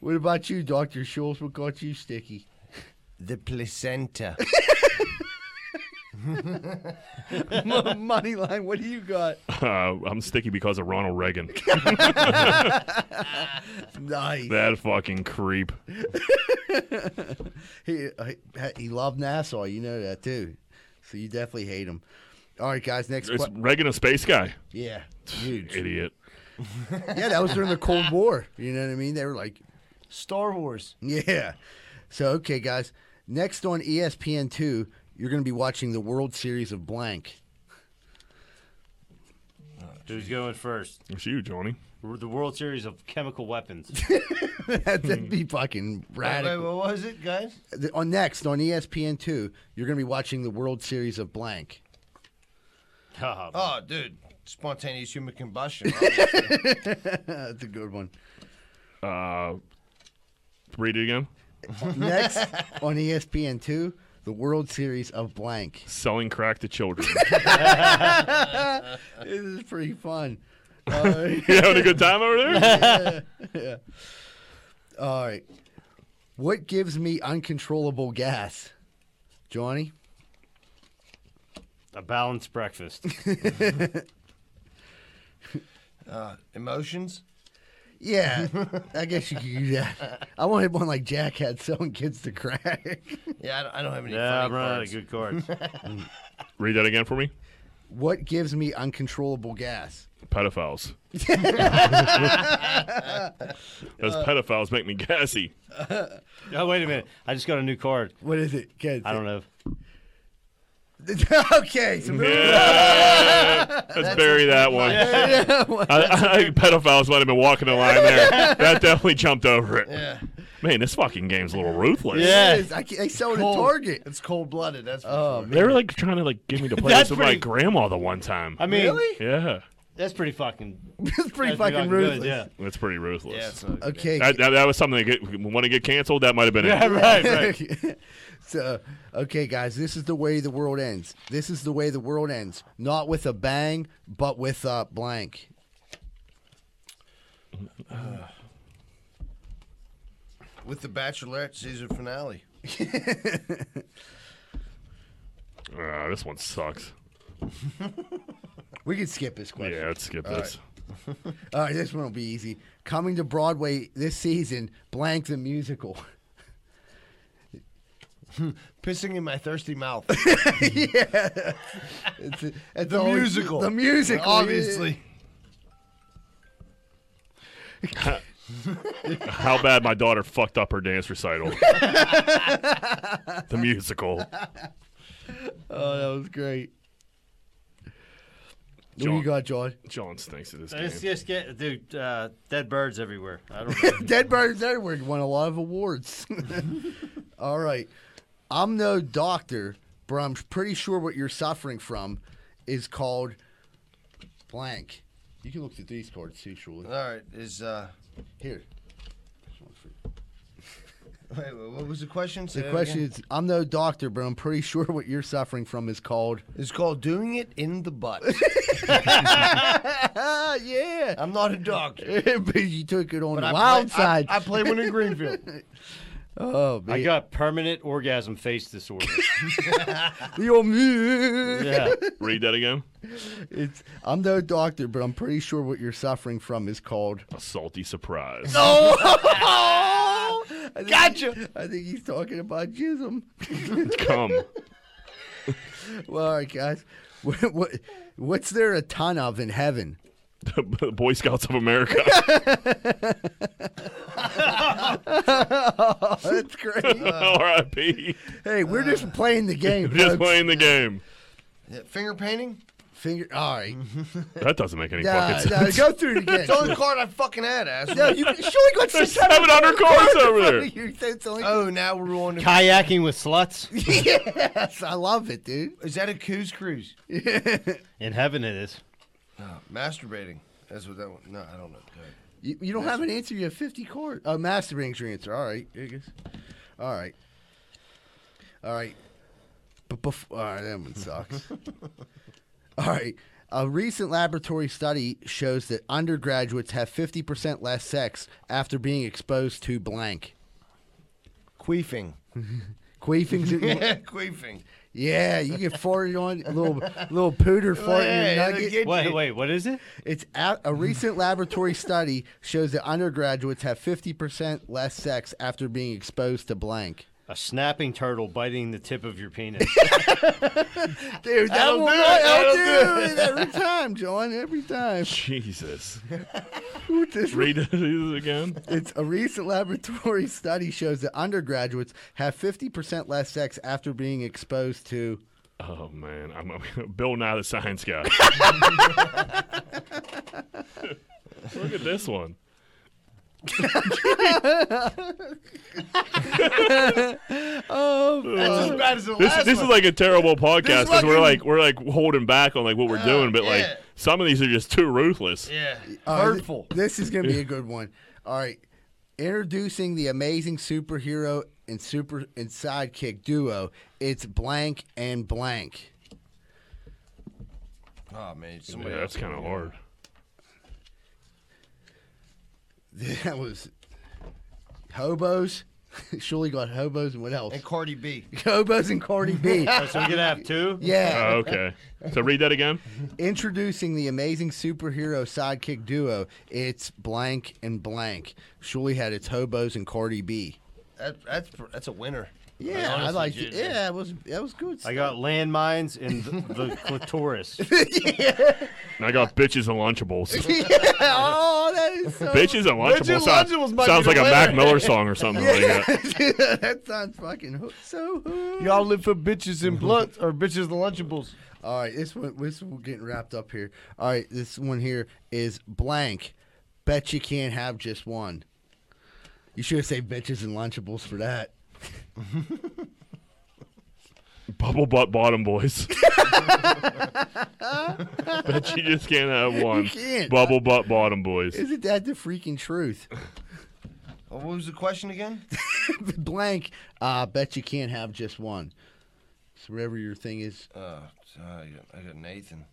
A: What about you, Dr. Schultz? What got you sticky?
B: The placenta.
G: Money line. What do you got?
C: Uh, I'm sticky because of Ronald Reagan.
A: Nice.
C: that fucking creep.
A: He, uh, he he loved Nassau. You know that too. So you definitely hate him. All right, guys. Next
C: Is
A: question.
C: Reagan a space guy?
A: Yeah, huge.
C: Idiot.
A: Yeah, that was during the Cold War. You know what I mean? They were like,
B: Star Wars.
A: yeah. So okay, guys. Next on E ESPN two, you're going to be watching the World Series of blank.
D: Who's going first?
C: It's you, Johnny.
D: The World Series of Chemical Weapons.
A: That'd be fucking
B: Wait, wait,
A: radical.
B: what was it, guys?
A: The- On next on E ESPN two, you're going to be watching the World Series of blank.
D: oh,
B: Oh, dude. Spontaneous human combustion. obviously.
A: That's a good one.
C: Uh, read it again.
A: Next on E ESPN two, the World Series of blank.
C: Selling crack to children.
A: This is pretty fun. Uh,
C: you having a good time over there?
A: all right. What gives me uncontrollable gas? Johnny?
D: A balanced breakfast.
B: Emotions?
A: Yeah, I guess you could do that. I wanted one like Jack had selling kids to crack.
B: Yeah, I don't, I don't have any
D: yeah, I'm
B: funny
D: running out
B: parts.
D: of good cards.
C: Read that again for me.
A: what gives me uncontrollable gas?
C: Pedophiles. Those pedophiles make me gassy.
D: oh, wait a minute. I just got a new card.
A: What is it? Kids.
D: I don't know.
A: okay, so move
C: Yeah. Let's bury that one. I, I think pedophiles might have been walking the line there. That definitely jumped over it.
B: Yeah.
C: Man, this fucking game's a little ruthless.
A: on.
D: Yeah.
A: I can't- they sell it at Target.
B: It's cold blooded. That's for sure.
C: They were like trying to like get me to play
D: That's
C: this with my
D: pretty-
C: grandma the one time.
D: I mean,
A: Really?
C: yeah,
D: that's pretty fucking.
A: It's pretty
D: that's
A: fucking
D: good,
A: ruthless.
D: yeah.
C: that's pretty ruthless.
B: Yeah, it's not good.
A: Okay.
C: that, that, that was something that get, when it get canceled, that might have been
D: Yeah,
C: it.
D: right, right.
A: so, okay, guys, this is the way the world ends. This is the way the world ends. Not with a bang, but with a blank.
B: With the Bachelorette season finale.
C: Uh, this one sucks.
A: We could skip this question.
C: Yeah, let's skip this.
A: All right, this one will be easy. Coming to Broadway this season, blank the musical.
B: Pissing in my thirsty mouth.
A: It's, a- it's
B: The
A: always-
B: musical.
A: The musical.
B: Obviously.
C: How bad my daughter fucked up her dance recital. the musical.
A: Oh, that was great. What
C: John.
A: you got, John?
C: John stinks at this
D: Let's
C: game.
D: just get dude. Uh, dead birds everywhere. I don't know.
A: Dead Birds Everywhere won a lot of awards. All right. I'm no doctor, but I'm pretty sure what you're suffering from is called blank. You can look at these cards too, surely.
B: All right. Is, uh,
A: Here.
B: wait, wait, what was the question? Say
A: The
B: that
A: question
B: again.
A: is I'm no doctor, but I'm pretty sure what you're suffering from is called.
B: It's called doing it in the butt.
A: Ah, yeah.
B: I'm not a doctor.
A: but you took it on
B: But
A: the
B: I
A: wild
B: play-
A: side.
B: I, I play one in Greenfield.
A: oh,
D: I
A: man.
D: got permanent orgasm face disorder.
A: You're me.
D: yeah.
C: Read that again.
A: It's, I'm no doctor, but I'm pretty sure what you're suffering from is called.
C: A salty surprise.
A: Gotcha. I think he's talking about jism.
C: Come.
A: Well, all right, guys. What, what, what's there a ton of in heaven?
C: The Boy Scouts of America.
A: Oh, That's great.
C: R.I.P.
A: hey, we're just playing the game.
C: Just
A: folks.
C: playing the game.
B: Finger painting?
A: Finger. All right.
C: That doesn't make any
A: Nah,
C: fucking sense.
A: nah, go through it again.
B: It's the only card I fucking had,
A: no,
B: asshole.
A: you surely got
C: There's
A: 600
C: 700 cars over there.
A: You- that's only-
B: Oh, now we're on. To,
D: Kayaking with sluts.
A: yes, I love it, dude.
B: is that a coos cruise?
D: In heaven it is.
B: Uh, Masturbating. That's what that one. No, I don't know. Go ahead.
A: You, you don't have an answer. You have 50 cards. Uh, masturbating's your answer. All right. I guess. All right. All right. But before, all right, that one sucks. all right. A recent laboratory study shows that undergraduates have 50% less sex after being exposed to blank.
B: Queefing.
A: Queefing's
B: Yeah, queefing.
A: yeah, you get farted on little little pooter fart in
B: Yeah,
A: your
B: it'll
A: nugget.
B: get
D: Wait,
B: you.
D: wait, what is it?
A: It's a, a recent laboratory study shows that undergraduates have 50% less sex after being exposed to blank.
D: A snapping turtle biting the tip of your penis.
A: Dude,
B: That'll
A: will
B: do it,
A: not- I'll
B: that'll
A: do it every time, John. Every time.
C: Jesus.
A: What this-
C: Read this again.
A: It's a recent laboratory study shows that undergraduates have 50% less sex after being exposed to.
C: Oh man, I'm a, Bill Nye the Science Guy. Look at this one.
B: That's as bad as the
C: This,
B: last
C: this is
B: one.
C: like a terrible podcast because we're
B: fucking- Oh,
C: like we're like holding back on like what we're doing, but like
B: yeah.
C: some of these are just too ruthless.
B: yeah.
A: Uh, th-
B: Hurtful.
A: this is going to be a good one. All right. Introducing the amazing superhero and super and sidekick duo. It's blank and blank.
B: Oh man, somebody
C: Yeah, that's kind of hard.
A: That was hobos. Surely got hobos and what else?
B: And Cardi B.
A: hobos and Cardi B.
D: Oh, so we're gonna have two.
A: yeah.
C: Oh, okay, so read that again.
A: Introducing the amazing superhero sidekick duo, it's blank and blank. Shuli had its hobos and Cardi B.
B: That, that's pr- that's a winner.
A: Yeah, I
B: honestly,
A: liked
B: dude,
A: it. Yeah, it was that was good.
D: I got landmines and the, the clitoris.
C: And I got bitches and Lunchables.
A: yeah, oh, that is so.
C: bitches and Lunchables
B: Bitches and
C: sound-
B: Lunchables
C: sounds,
B: might be
C: like
B: the
C: a Mac
B: winner.
C: Miller song or something like that.
A: that sounds fucking ho- so. hood.
B: Y'all live for bitches and blunt or bitches and lunchables.
A: All right, this one, this one getting wrapped up here. All right, this one here is blank. Bet you can't have just one. You should have said bitches and lunchables for that.
C: Bubble butt bottom boys. Bet you just can't have one.
A: can't.
C: Bubble butt bottom boys.
A: Isn't that the freaking truth?
B: Oh, what was the question again?
A: blank. Uh, bet you can't have just one. So wherever your thing is.
B: Uh, I, got, I got Nathan.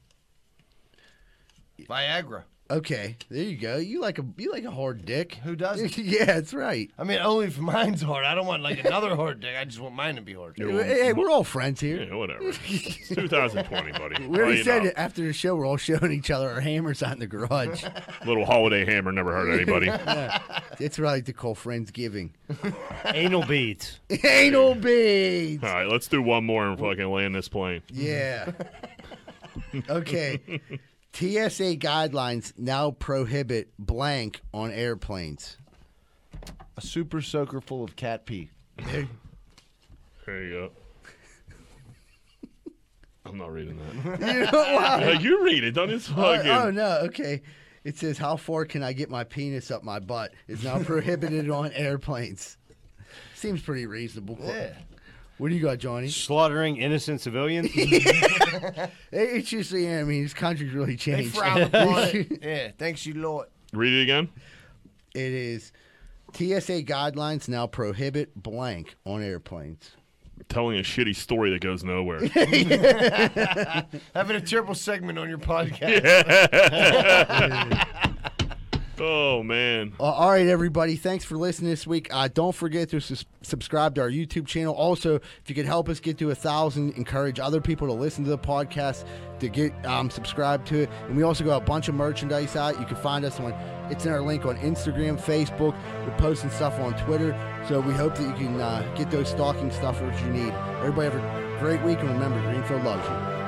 B: Viagra.
A: Okay, there you go. You like a you like a hard dick.
B: Who doesn't?
A: yeah, that's right.
B: I mean, only if mine's hard. I don't want like another hard dick. I just want mine to be hard.
C: Yeah, well,
A: Hey, hey, we're all friends here.
C: yeah, whatever. It's 2020, buddy.
A: We
B: Oh,
A: already
C: Lighten
A: said
C: up.
A: it after the show. We're all showing each other our hammers out in the garage.
C: Little holiday hammer never hurt anybody.
A: it's what I like to call friendsgiving.
D: Anal beads.
A: Anal beads.
C: All right, let's do one more and fucking land this plane.
A: Yeah. Okay. TSA guidelines now prohibit blank on airplanes.
B: A super soaker full of cat pee.
C: There you go. I'm not reading that.
A: You know why?
C: Uh, you read it. Don't just fucking.
A: Oh, oh, no, okay. It says, "How far can I get my penis up my butt?" Is now prohibited on airplanes. Seems pretty reasonable.
B: Yeah.
A: What do you got, Johnny?
D: Slaughtering innocent civilians.
A: It- It's just, yeah, I mean, this country's really
B: They
A: changed.
B: frown upon it. Yeah, thanks you, Lord.
C: Read it again.
A: It is TSA guidelines now prohibit blank on airplanes.
C: Telling a shitty story that goes nowhere.
B: Having a terrible segment on your podcast.
C: oh man.
A: Uh, all right, everybody. Thanks for listening this week. Uh, don't forget to sus- subscribe to our YouTube channel. Also, if you could help us get to a thousand, encourage other people to listen to the podcast, to get um, subscribed to it. And we also got a bunch of merchandise out. You can find us on it's in our link on Instagram, Facebook. We're posting stuff on Twitter. So we hope that you can uh, get those stocking stuffers you need. Everybody, have a great week, and remember, Greenfield loves you.